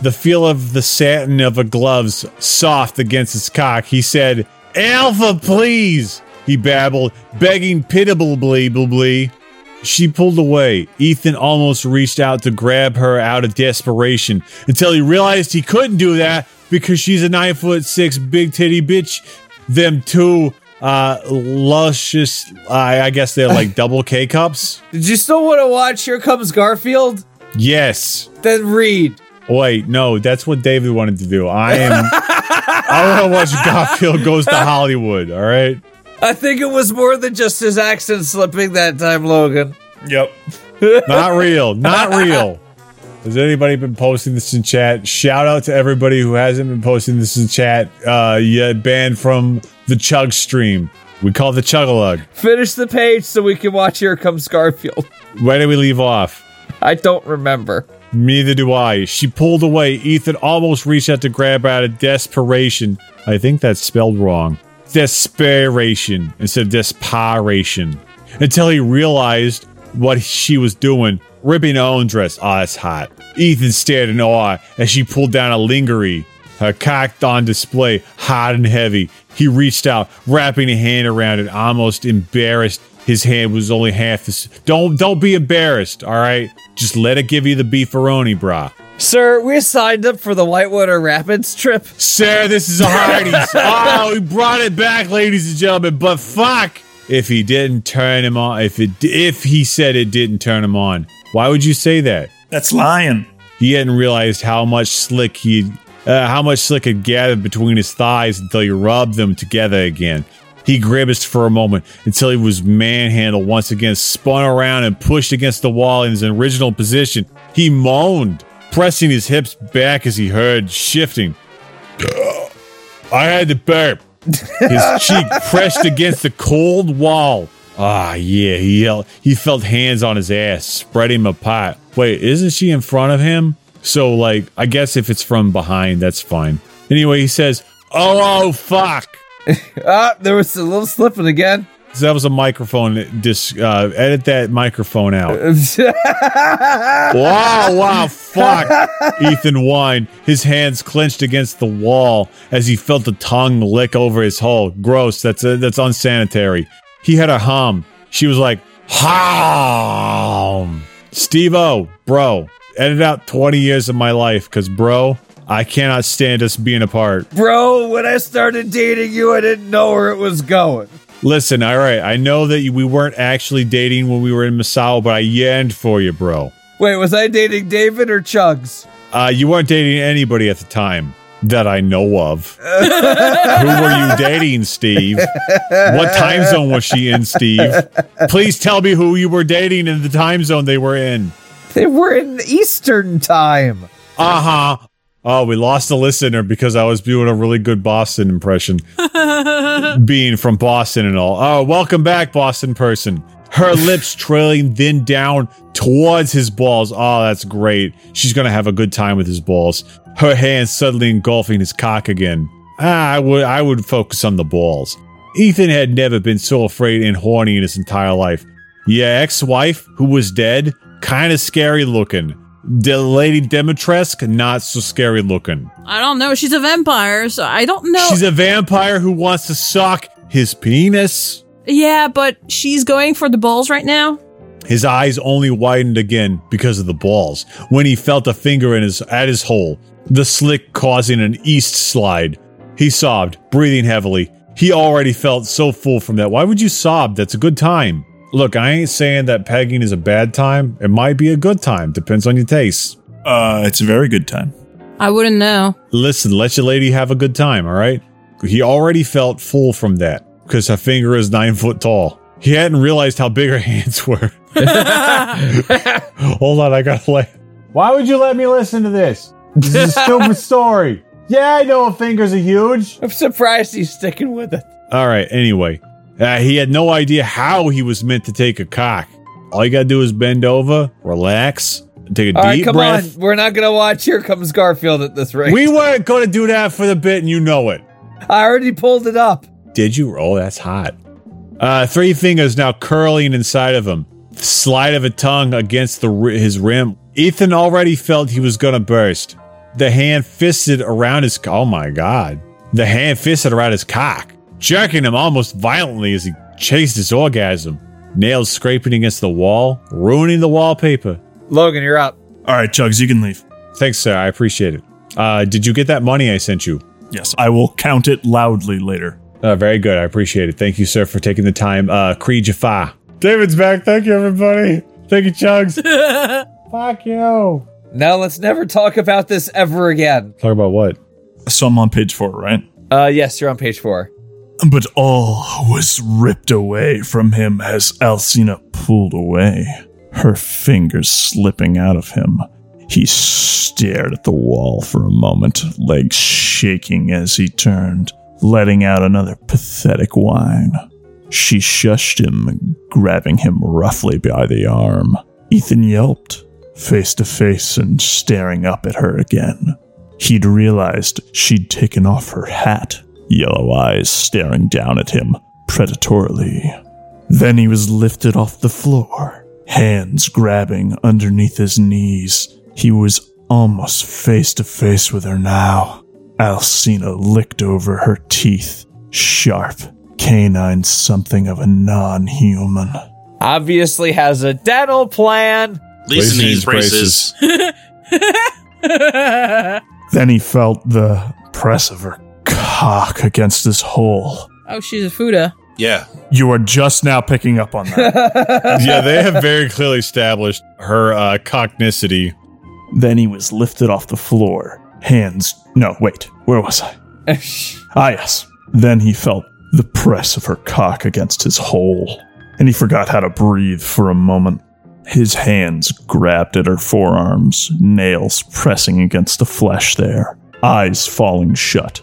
C: The feel of the satin of her gloves soft against his cock. He said, Alpha, please! He babbled, begging pitiably. blee. She pulled away. Ethan almost reached out to grab her out of desperation until he realized he couldn't do that because she's a nine foot six big titty bitch. Them two uh luscious I I guess they're like double K cups.
B: Did you still want to watch Here Comes Garfield?
C: Yes.
B: Then read.
C: Wait, no, that's what David wanted to do. I am. I want to watch Garfield Goes to Hollywood. All right.
B: I think it was more than just his accent slipping that time, Logan.
C: Yep. Not real. Not real. Has anybody been posting this in chat? Shout out to everybody who hasn't been posting this in chat. Uh, yeah, banned from the Chug stream. We call it the Chugalug.
B: Finish the page so we can watch Here Comes Garfield. (laughs)
C: Where did we leave off?
B: I don't remember.
C: Neither do I. She pulled away. Ethan almost reached out to grab her out of desperation. I think that's spelled wrong. Desperation instead of desperation. Until he realized what she was doing, ripping her own dress. Ah, that's hot. Ethan stared in awe as she pulled down a lingerie. her cock on display, hot and heavy. He reached out, wrapping a hand around it, almost embarrassed. His hand was only half this. Don't don't be embarrassed, all right? Just let it give you the beefaroni, brah.
B: Sir, we signed up for the Whitewater Rapids trip.
C: Sir, this is a Hardee's. oh, he brought it back, ladies and gentlemen. But fuck, if he didn't turn him on, if it if he said it didn't turn him on, why would you say that?
E: That's lying.
C: He hadn't realized how much slick he uh, how much slick had gathered between his thighs until he rubbed them together again. He grimaced for a moment until he was manhandled once again, spun around and pushed against the wall in his original position. He moaned, pressing his hips back as he heard shifting. I had to burp. His cheek pressed against the cold wall. Ah, yeah, he yelled. He felt hands on his ass, spread him apart. Wait, isn't she in front of him? So, like, I guess if it's from behind, that's fine. Anyway, he says, Oh, oh fuck.
B: Ah, there was a little slipping again. (laughs)
C: So that was a microphone. Dis- uh, edit that microphone out. Wow, wow, fuck. Ethan whined, his hands clenched against the wall as he felt the tongue lick over his hole. Gross, that's uh, that's unsanitary. He had a hum. She was like, hum. Steve O, bro, edit out 20 years of my life because, bro, I cannot stand us being apart.
B: Bro, when I started dating you, I didn't know where it was going.
C: Listen, all right, I know that you, we weren't actually dating when we were in Masao, but I yearned for you, bro.
B: Wait, was I dating David or Chugs?
C: Uh, you weren't dating anybody at the time that I know of. Who were you dating, Steve? What time zone was she in, Steve? Please tell me who you were dating in the time zone they were in.
B: They were in Eastern time.
C: Uh huh. Oh, we lost a listener because I was doing a really good Boston impression. Being from Boston and all. Oh, welcome back, Boston person. Her lips trailing then down towards his balls. Oh, that's great. She's going to have a good time with his balls. Her hand suddenly engulfing his cock again. Ah, I would I would focus on the balls. Ethan had never been so afraid and horny in his entire life. Yeah, ex-wife who was dead, kind of scary looking. The lady Demetresk, not so scary looking.
F: I don't know. She's a vampire, so I don't know.
C: She's a vampire who wants to suck his penis.
F: yeah, but she's going for the balls right now.
C: His eyes only widened again because of the balls when he felt a finger in his at his hole, the slick causing an east slide. He sobbed, breathing heavily. He already felt so full from that. Why would you sob? That's a good time. Look, I ain't saying that pegging is a bad time. It might be a good time. Depends on your taste.
E: Uh, it's a very good time.
F: I wouldn't know.
C: Listen, let your lady have a good time, all right? He already felt full from that because her finger is nine foot tall. He hadn't realized how big her (laughs) hands
B: (laughs)
C: were. Hold on, I gotta lay. Why would you let me listen to this? This is a stupid
B: (laughs)
C: story. Yeah, I know fingers are huge.
B: I'm surprised he's sticking with it.
C: All right, anyway. Uh, he had no idea how he was meant to take a cock. All you gotta do is bend over, relax, take a
B: All right,
C: deep
B: come
C: breath.
B: on. We're not going to watch Here Comes Garfield at this rate.
C: We weren't gonna do that for the bit, and you know it.
B: I already pulled it up.
C: Did you? Oh, that's hot. Uh, three fingers now curling inside of him. Slide of a tongue against the ri- his rim. Ethan already felt he was gonna burst. The hand fisted around his. Oh my god! The hand fisted around his cock, jerking him almost violently as he chased his orgasm. Nails scraping against the wall, ruining the wallpaper.
B: Logan, you're up.
E: All right, Chugs, you can leave.
C: Thanks, sir. I appreciate it. Uh, did you get that money I sent you?
E: Yes, I will count it loudly later.
C: Uh, very good. I appreciate it. Thank you, sir, for taking the time. Uh, Cree Jaffa. David's back. Thank you, everybody. Thank you, Chugs. Fuck you.
B: Now let's never talk about this ever again.
C: Talk about what?
E: So I'm on page four, right?
B: Uh, yes, you're on page four.
E: But all was ripped away from him as Alcina pulled away, her fingers slipping out of him. He stared at the wall for a moment, legs shaking as he turned, letting out another pathetic whine. She shushed him, grabbing him roughly by the arm. Ethan yelped, face to face and staring up at her again. He'd realized she'd taken off her hat, yellow eyes staring down at him predatorily. Then he was lifted off the floor, hands grabbing underneath his knees. He was almost face to face with her now. Alcina licked over her teeth, sharp, canine something of a non human.
B: Obviously has a dental plan.
D: Least in these braces.
E: Then he felt the press of her cock against his hole.
F: Oh, she's a Fuda.
D: (laughs) Yeah.
E: You are just now picking up on that.
C: yeah, they have very clearly established her uh, cognicity.
E: then he was lifted off the floor. Hands. No, wait. Where was I? Ah, yes. Then he felt the press of her cock against his hole, and he forgot how to breathe for a moment. His hands grabbed at her forearms, nails pressing against the flesh there, eyes falling shut.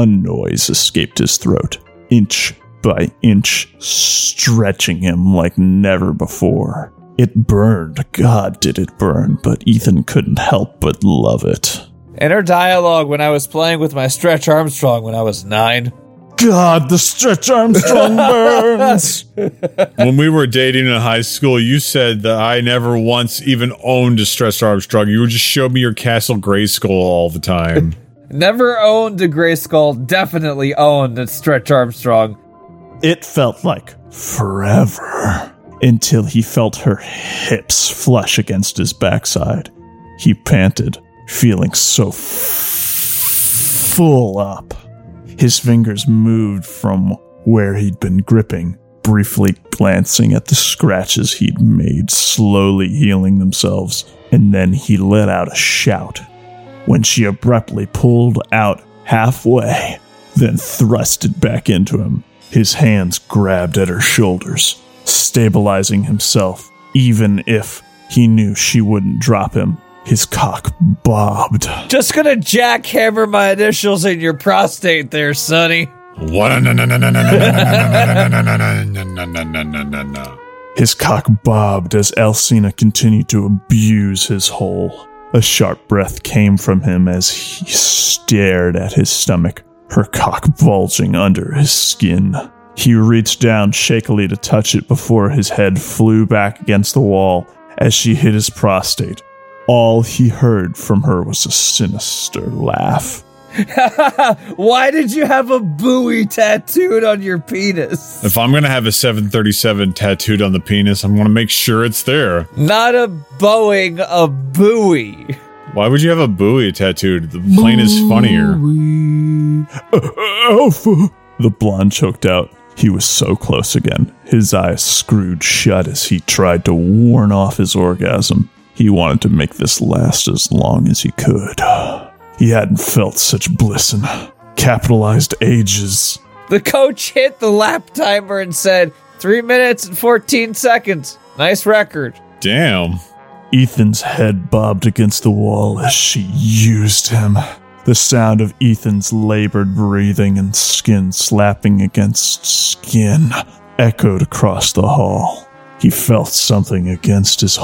E: A noise escaped his throat, inch by inch, stretching him like never before. It burned, God did it burn, but Ethan couldn't help but love it.
B: In her dialogue when I was playing with my Stretch Armstrong when I was nine.
E: God, the stretch Armstrong burns.
C: When we were dating in high school, you said that I never once even owned a stress Armstrong. You would just show me your Castle Gray skull all the time.
B: Never owned a gray skull, definitely owned a Stretch Armstrong.
E: It felt like forever until he felt her hips flush against his backside. He panted, feeling so f- full up. His fingers moved from where he'd been gripping, briefly glancing at the scratches he'd made, slowly healing themselves, and then he let out a shout when she abruptly pulled out halfway, then thrust it back into him. His hands grabbed at her shoulders, stabilizing himself, even if he knew she wouldn't drop him. His cock bobbed.
B: Just gonna jackhammer my initials in your prostate there, Sonny. (laughs)
E: His cock bobbed as Alcina continued to abuse his hole. A sharp breath came from him as he stared at his stomach, her cock bulging under his skin. He reached down shakily to touch it before his head flew back against the wall as she hit his prostate. All he heard from her was a sinister laugh.
B: Why did you have a buoy tattooed on your penis?
C: if I'm going to have a 737 tattooed on the penis, I'm going to make sure it's there.
B: Not a Boeing, a buoy.
C: Why would you have a buoy tattooed? The plane is funnier.
E: Alpha! The blonde choked out. He was so close again, his eyes screwed shut as he tried to warn off his orgasm. He wanted to make this last as long as he could. He hadn't felt such bliss in capitalized ages.
B: The coach hit the lap timer and said, 3 minutes and 14 seconds. Nice record.
C: Damn.
E: Ethan's head bobbed against the wall as she used him. The sound of Ethan's labored breathing and skin slapping against skin echoed across the hall. He felt something against his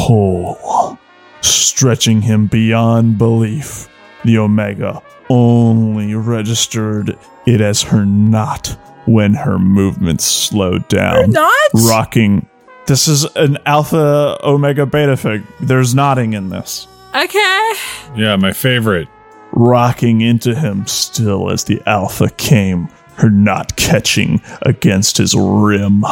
E: hole, stretching him beyond belief. The Omega only registered it as her knot when her movements slowed down
F: Not?
E: rocking. This is an alpha omega beta fig. There's nodding in this.
F: Okay.
C: Yeah, my favorite.
E: Rocking into him still as the alpha came, her knot catching against his rim.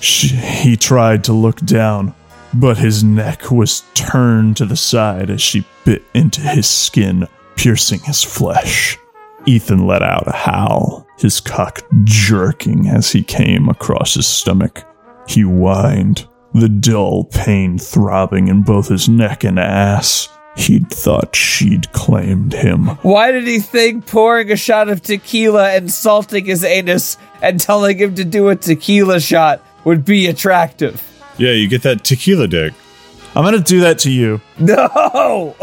E: She, he tried to look down, but his neck was turned to the side as she bit into his skin, piercing his flesh. Ethan let out a howl, his cock jerking as he came across his stomach. He whined, the dull pain throbbing in both his neck and ass. He'd thought she'd claimed him.
B: Why did he think pouring a shot of tequila and salting his anus and telling him to do a tequila shot would be attractive? (laughs)
C: Yeah, you get that tequila dick.
E: I'm gonna do that to you.
B: No!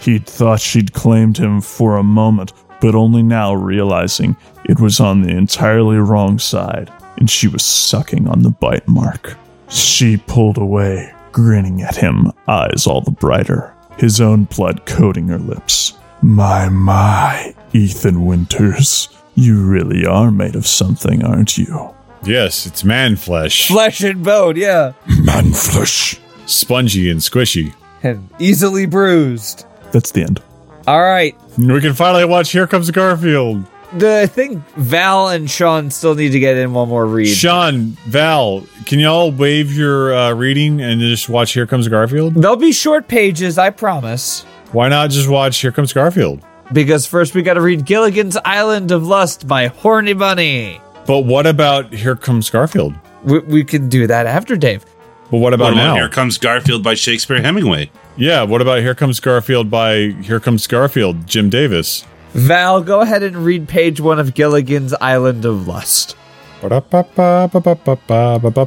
E: He'd thought she'd claimed him for a moment, but only now realizing it was on the entirely wrong side, and she was sucking on the bite mark. She pulled away, grinning at him, eyes all the brighter, his own blood coating her lips. My, my, Ethan Winters, you really are made of something, aren't you?
C: Yes, it's man flesh.
B: Flesh and bone, yeah.
E: Man flesh.
C: Spongy and squishy.
B: And easily bruised.
E: That's the end.
B: All right.
C: We can finally watch Here Comes Garfield.
B: The I think Val and Sean still need to get in one more read.
C: Sean, Val, can y'all waive your uh, reading and just watch Here Comes Garfield?
B: They'll be short pages, I promise.
C: Why not just watch Here Comes Garfield?
B: Because first we got to read Gilligan's Island of Lust by Horny Bunny.
C: But what about Here Comes Garfield?
B: We, we can do that after Dave.
C: But what about
D: What about
C: now?
D: Here Comes Garfield by Shakespeare Hemingway.
C: yeah, what about Here Comes Garfield by Here Comes Garfield, Jim Davis?
B: Val, go ahead and read page one of Gilligan's Island of Lust.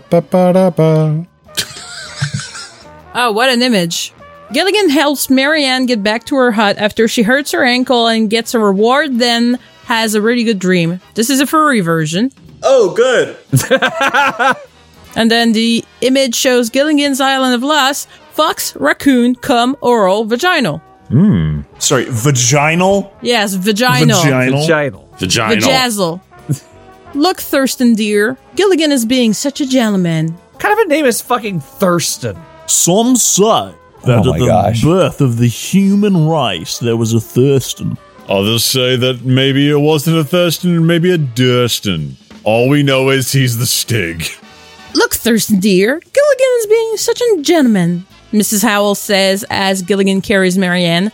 C: What
F: Oh, what an image. Gilligan helps Marianne get back to her hut after she hurts her ankle and gets a reward, then has a really good dream. This is a furry version.
H: Oh, good.
F: (laughs) And then the image shows Gilligan's Island of Lust, fox, raccoon, cum, oral, vaginal.
G: Sorry, vaginal?
F: Yes, vaginal.
B: Vaginal.
D: Vaginal.
F: Vajazzle. Look, Thurston, dear. Gilligan is being such a gentleman.
B: Kind of a name is fucking Thurston.
E: Some say that
I: Oh my
E: at the
I: gosh.
E: birth of the human race, there was a Thurston.
C: Others say that maybe it wasn't a Thurston, maybe a Durston. All we know is he's the Stig.
F: Look, Thurston, dear. Gilligan is being such a gentleman. Mrs. Howell says as Gilligan carries Marianne.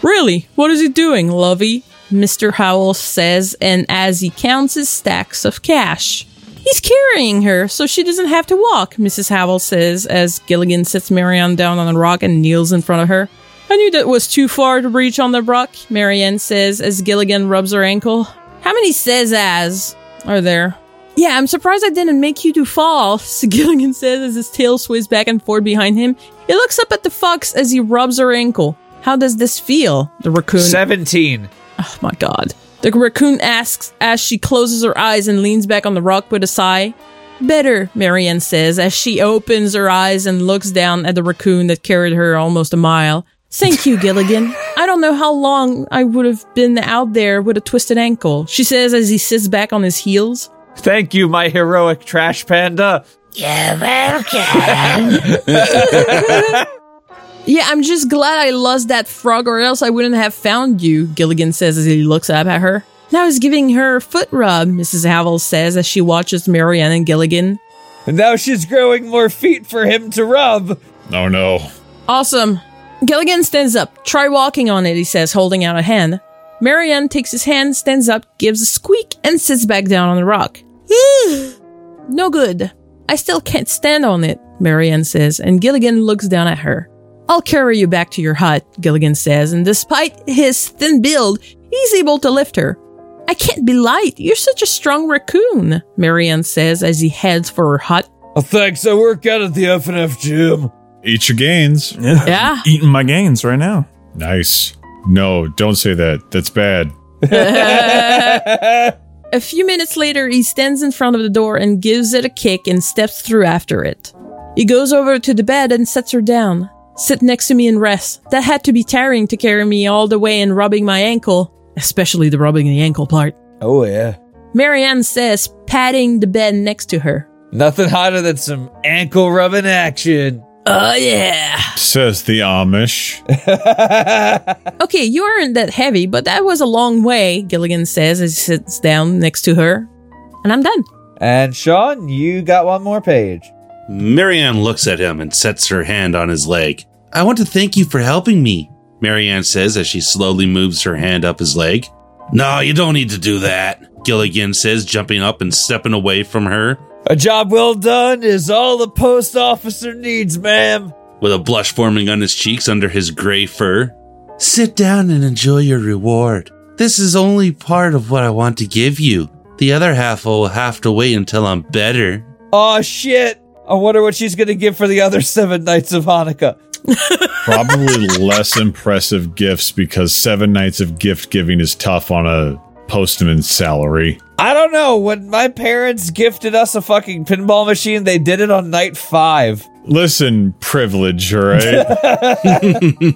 F: Really? What is he doing, lovey? Mr. Howell says, and as he counts his stacks of cash. He's carrying her, so she doesn't have to walk, Mrs. Howell says as Gilligan sits Marianne down on a rock and kneels in front of her. I knew that was too far to reach on the rock, Marianne says as Gilligan rubs her ankle. How many says as are there? Yeah, I'm surprised I didn't make you do fall, (laughs) Gilligan says as his tail sways back and forth behind him. He looks up at the fox as he rubs her ankle. How does this feel? The raccoon.
B: 17.
F: Oh my god. The raccoon asks as she closes her eyes and leans back on the rock with a sigh. Better, Marianne says as she opens her eyes and looks down at the raccoon that carried her almost a mile. Thank you, Gilligan. I don't know how long I would have been out there with a twisted ankle, she says as he sits back on his heels.
B: Thank you, my heroic trash panda.
F: Yeah, I'm just glad I lost that frog or else I wouldn't have found you, Gilligan says as he looks up at her. Now he's giving her a foot rub, Mrs. Havel says as she watches Marianne and Gilligan.
B: And now she's growing more feet for him to rub.
C: Oh no.
F: Awesome. Gilligan stands up. Try walking on it, he says, holding out a hand. Marianne takes his hand, stands up, gives a squeak, and sits back down on the rock. no good. I still can't stand on it, Marianne says, and Gilligan looks down at her. I'll carry you back to your hut, Gilligan says, and despite his thin build, he's able to lift her. I can't be light. You're such a strong raccoon, Marianne says as he heads for her hut.
B: Oh, thanks, I work out at the FNF gym.
C: Eat your gains.
F: Yeah.
E: Eating my gains right now.
C: Nice. No, don't say that. That's bad.
F: A few minutes later, he stands in front of the door and gives it a kick and steps through after it. He goes over to the bed and sets her down. Sit next to me and rest. That had to be tiring to carry me all the way and rubbing my ankle, especially the rubbing the ankle part.
B: Oh, yeah.
F: Marianne says, patting the bed next to her.
B: Nothing hotter than some ankle rubbing action. (laughs)
F: Oh, yeah.
C: Says the Amish.
F: Okay, you aren't that heavy, but that was a long way, Gilligan says as he sits down next to her. And I'm done.
B: And Sean, you got one more page.
D: Marianne looks at him and sets her hand on his leg. I want to thank you for helping me, Marianne says as she slowly moves her hand up his leg. No, you don't need to do that, Gilligan says, jumping up and stepping away from her.
B: A job well done is all the post officer needs, ma'am.
D: with a blush forming on his cheeks under his gray fur. Sit down and enjoy your reward. This is only part of what I want to give you. The other half will have to wait until I'm better.
B: Aw, shit. I wonder what she's gonna give for the other seven nights of Hanukkah.
C: Probably less impressive gifts because seven nights of gift giving is tough on a postman's salary.
B: I don't know. When my parents gifted us a fucking pinball machine, they did it on night five.
C: Listen, privilege, all right?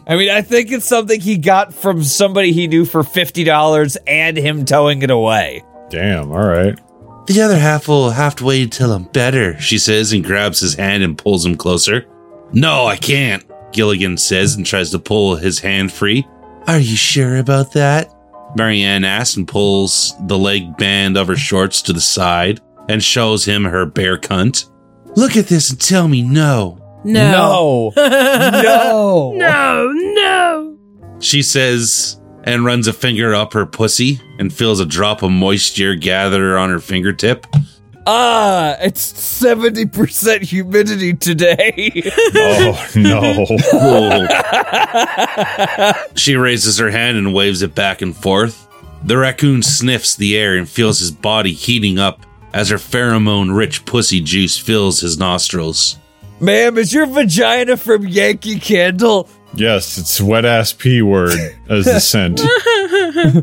B: I mean, I think it's something he got from somebody he knew for $50 and him towing it away.
C: Damn, all right.
D: The other half will have to wait until I'm better, she says and grabs his hand and pulls him closer. No, I can't, Gilligan says and tries to pull his hand free. Are you sure about that? Marianne asks and pulls the leg band of her shorts to the side and shows him her bare cunt. Look at this and tell me no.
F: No.
B: no.
F: No, no.
D: She says and runs a finger up her pussy and feels a drop of moisture gather on her fingertip.
B: Ah, it's 70% humidity today. (laughs)
C: Oh no!
D: (laughs) she raises her hand and waves it back and forth. The raccoon sniffs the air and feels his body heating up as her pheromone rich pussy juice fills his nostrils.
B: Ma'am, is your vagina from Yankee Candle?
C: yes, it's wet ass p word as the (laughs) scent.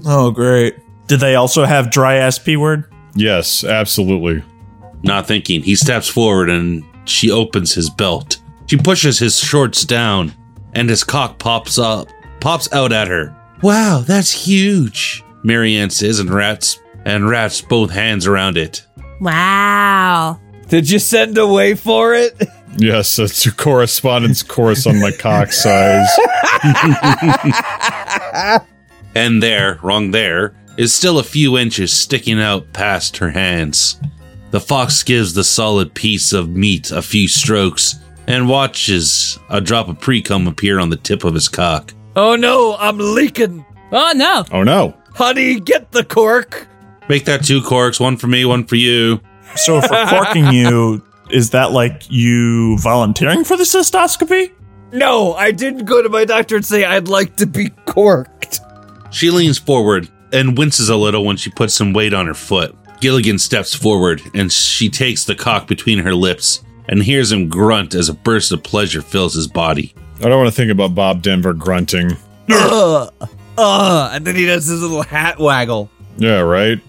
G: Oh, great.
E: Did they also have dry ass p word?
C: Yes, absolutely.
D: Not thinking, he steps forward and she opens his belt. She pushes his shorts down and his cock pops up, pops out at her. Wow, that's huge, Marianne says and wraps and wraps both hands around it.
F: Wow.
B: Did you send away for it? (laughs)
C: Yes, that's a correspondence course on my cock size.
D: And there, wrong there, is still a few inches sticking out past her hands. The fox gives the solid piece of meat a few strokes and watches a drop of precum appear on the tip of his cock.
B: Oh no, I'm leaking.
F: Oh no.
C: Oh no!
B: Honey, get the cork.
D: Make that two corks, one for me, one for you.
E: So for
G: (laughs)
E: corking you, is that like you volunteering for
G: (laughs)
E: the cystoscopy?
B: No, I didn't go to my doctor and say I'd like to be corked.
D: She leans forward and winces a little when she puts some weight on her foot. Gilligan steps forward and she takes the cock between her lips and hears him grunt as a burst of pleasure fills his body.
C: I don't want to think about Bob Denver grunting.
B: Ugh. Ugh. Uh, And then he does his little hat waggle.
C: Yeah, right.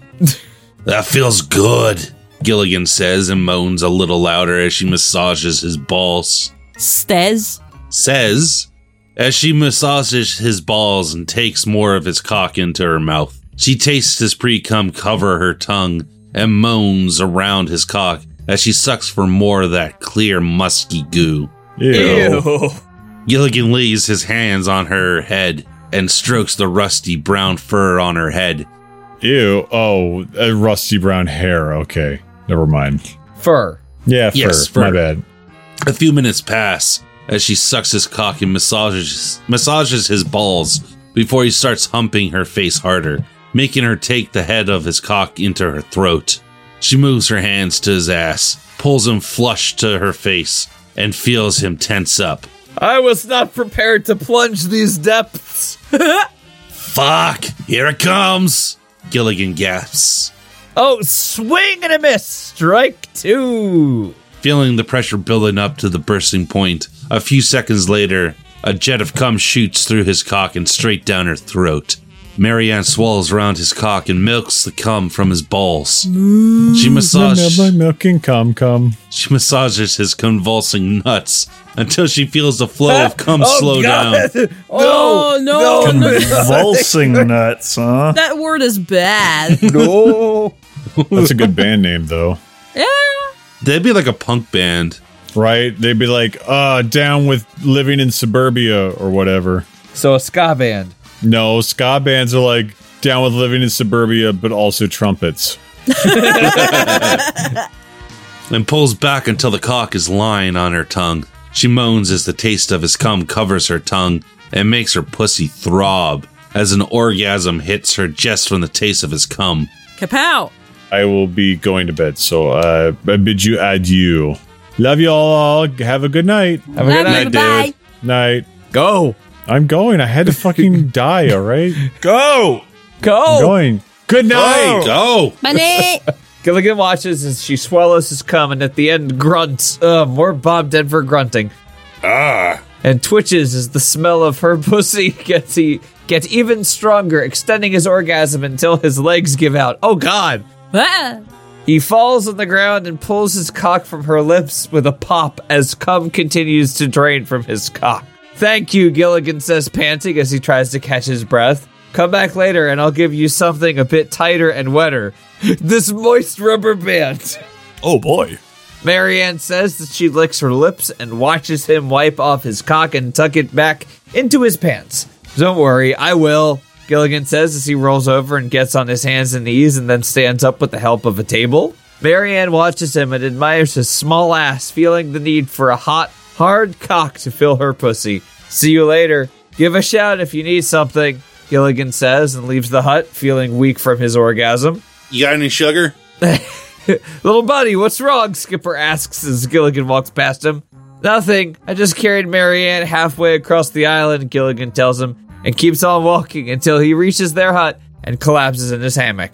D: That feels good, Gilligan says and moans a little louder as she massages his balls.
F: Stez.
D: Says, as she massages his balls and takes more of his cock into her mouth. She tastes his pre cum cover her tongue and moans around his cock as she sucks for more of that clear, musky goo.
C: Ew.
D: Gilligan lays his hands on her head and strokes the rusty brown fur on her head
C: Ew. Oh, uh, rusty brown hair. Okay, never mind.
B: Fur.
C: Yeah,
D: Yes,
C: fur. My
D: fur.
C: bad.
D: A few minutes pass as she sucks his cock and massages massages his balls before he starts humping her face harder, making her take the head of his cock into her throat. She moves her hands to his ass, pulls him flush to her face, and feels him tense up.
B: I was not prepared to plunge these depths.
D: Fuck! Here it comes! Gilligan gasps.
B: Oh, swing and a miss. Strike two.
D: Feeling the pressure building up to the bursting point, a few seconds later, a jet of cum shoots through his cock and straight down her throat. Marianne swallows round his cock and milks the cum from his balls. She,
C: My
D: massage-
C: milk and cum cum.
D: she massages his convulsing nuts until she feels the
B: (laughs)
D: flow of cum Oh, slow down.
B: Oh, no,
F: no, no.
E: Convulsing nuts, huh?
F: That word
B: (laughs)
F: is bad.
B: no.
C: That's a good band name, though.
F: yeah.
D: That'd be like a punk band.
C: Right? They'd be like, uh, down with living in suburbia or whatever.
B: So a ska band.
C: No, ska bands are like down with living in suburbia, but also trumpets.
D: and pulls back until the cock is lying on her tongue. She moans as the taste of his cum covers her tongue and makes her pussy throb as an orgasm hits her just from the taste of his cum.
F: Kapow.
C: I will be going to bed, so uh, I bid you adieu. Love you all. Have a good night.
B: Have a good
F: Love you,
B: night.
F: goodbye.
C: Night.
B: Go.
C: I'm going. I had to fucking die, all right?
G: Go! Oh.
C: I'm
B: Go.
C: going. Good night.
H: Oh,
D: Go!
B: (laughs)
F: Money.
B: Gilligan watches as she swallows his cum and at the end grunts. Uh, more Bob Denver grunting. And twitches as the smell of her (laughs) pussy gets he gets even stronger, extending his orgasm until his legs give out. Oh God!
F: Ah.
B: He falls on the ground and pulls his cock from her lips with a pop as cum continues to drain from his cock. Thank you, Gilligan says, panting as he tries to catch his breath. Come back later and I'll give you something a bit tighter and wetter. (laughs) This moist rubber band.
G: Oh, boy.
B: Marianne says that she licks her lips and watches him wipe off his cock and tuck it back into his pants. Don't worry, I will, Gilligan says as he rolls over and gets on his hands and knees and then stands up with the help of a table. Marianne watches him and admires his small ass, feeling the need for a hot, hard cock to fill her pussy. See you later. Give a shout if you need something, Gilligan says and leaves the hut, feeling weak from his orgasm.
H: You got any sugar?
B: Little buddy, what's wrong? Skipper asks as Gilligan walks past him. Nothing. I just carried Marianne halfway across the island, Gilligan tells him, and keeps on walking until he reaches their hut and collapses in his hammock.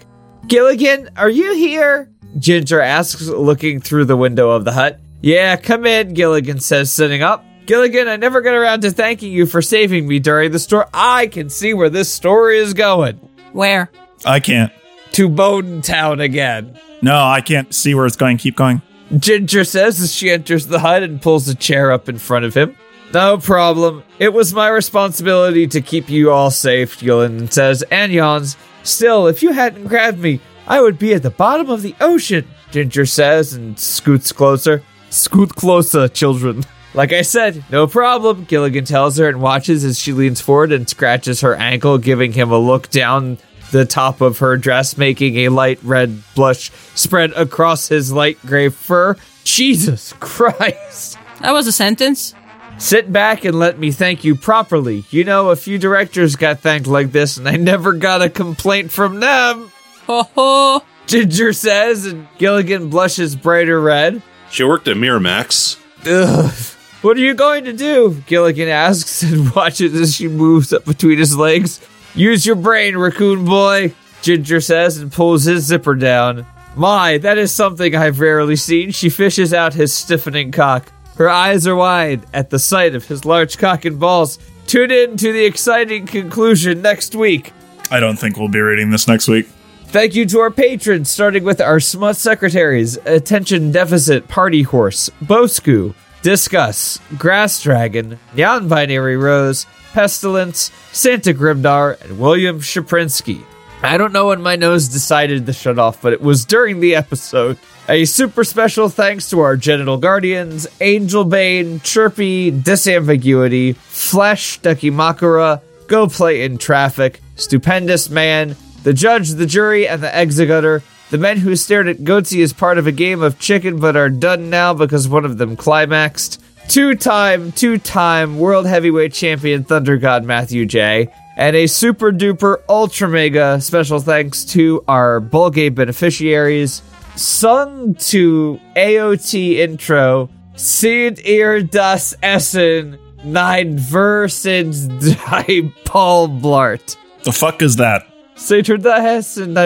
B: Gilligan, are you here? Ginger asks, looking through the window of the hut. Yeah, come in, Gilligan says, sitting up. Gilligan, I never got around to thanking you for saving me during the storm. I can see where this story is going.
F: Where?
E: I can't.
B: To Bowden Town again.
E: No, I can't see where it's going. Keep going.
B: Ginger says as she enters the hut and pulls a chair up in front of him. No problem. It was my responsibility to keep you all safe, Gilligan says, and yawns. Still, if you hadn't grabbed me, I would be at the bottom of the ocean, Ginger says and scoots closer. Scoot closer, children. (laughs) Like I said, no problem, Gilligan tells her and watches as she leans forward and scratches her ankle, giving him a look down the top of her dress, making a light red blush spread across his light gray fur. Jesus (laughs) Christ!
F: That was a sentence.
B: Sit back and let me thank you properly. You know, a few directors got thanked like this, and I never got a complaint from them,
F: Ho ho.
B: Ginger says, and Gilligan blushes brighter red.
H: She worked at Miramax.
B: Ugh. What are you going to do? Gilligan asks and (laughs) watches as she moves up between his legs. Use your brain, raccoon boy, Ginger says and pulls his zipper down. My, that is something I've rarely seen. She fishes out his stiffening cock. Her eyes are wide at the sight of his large cock and balls. Tune in to the exciting conclusion next week.
E: I don't think we'll be reading this next week.
B: Thank you to our patrons, starting with our smut secretaries, Attention Deficit Party Horse, Bosku, Discuss, Grass Dragon, Non Binary Rose, Pestilence, Santa Grimdar, and William Shaprinsky. I don't know when my nose decided to shut off, but it was during the episode. A super special thanks to our genital guardians, Angel Bane, Chirpy, Disambiguity, Flesh, Ducky Makura, Go Play in Traffic, Stupendous Man, the judge, the jury, and the executor. The men who stared at Goatsy as part of a game of chicken but are done now because one of them climaxed. Two time, two time world heavyweight champion Thunder God Matthew J. And a super duper ultra mega special thanks to our Bulgate beneficiaries. Sung to AOT intro, Sid Ir Das Essen, Nine Verses (laughs) Die Paul Blart.
E: The fuck is that?
B: Sator das and I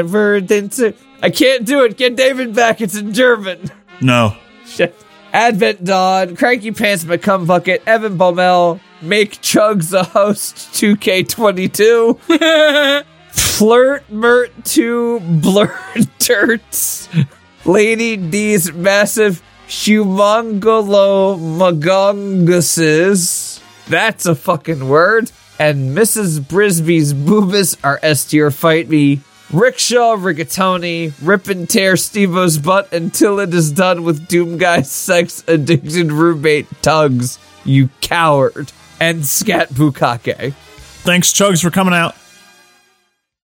B: I can't do it. Get David back. It's in German. (laughs)
E: No.
B: Shit. Advent Dawn, Cranky Pants McCum Bucket, Evan Baumel, Make Chugs a Host 2K22, Flirt Mert 2, (laughs) Blurred Dirts, Lady D's Massive Humongolo Magonguses. That's a fucking word. And Mrs. Brisby's Boobus are S tier fight me. Rickshaw, Rigatoni, rip and tear Stevo's butt until it is done with Doom Guy's sex addicted roommate Tugs, you coward. And Scat Bukake.
E: Thanks, Chugs, for coming out.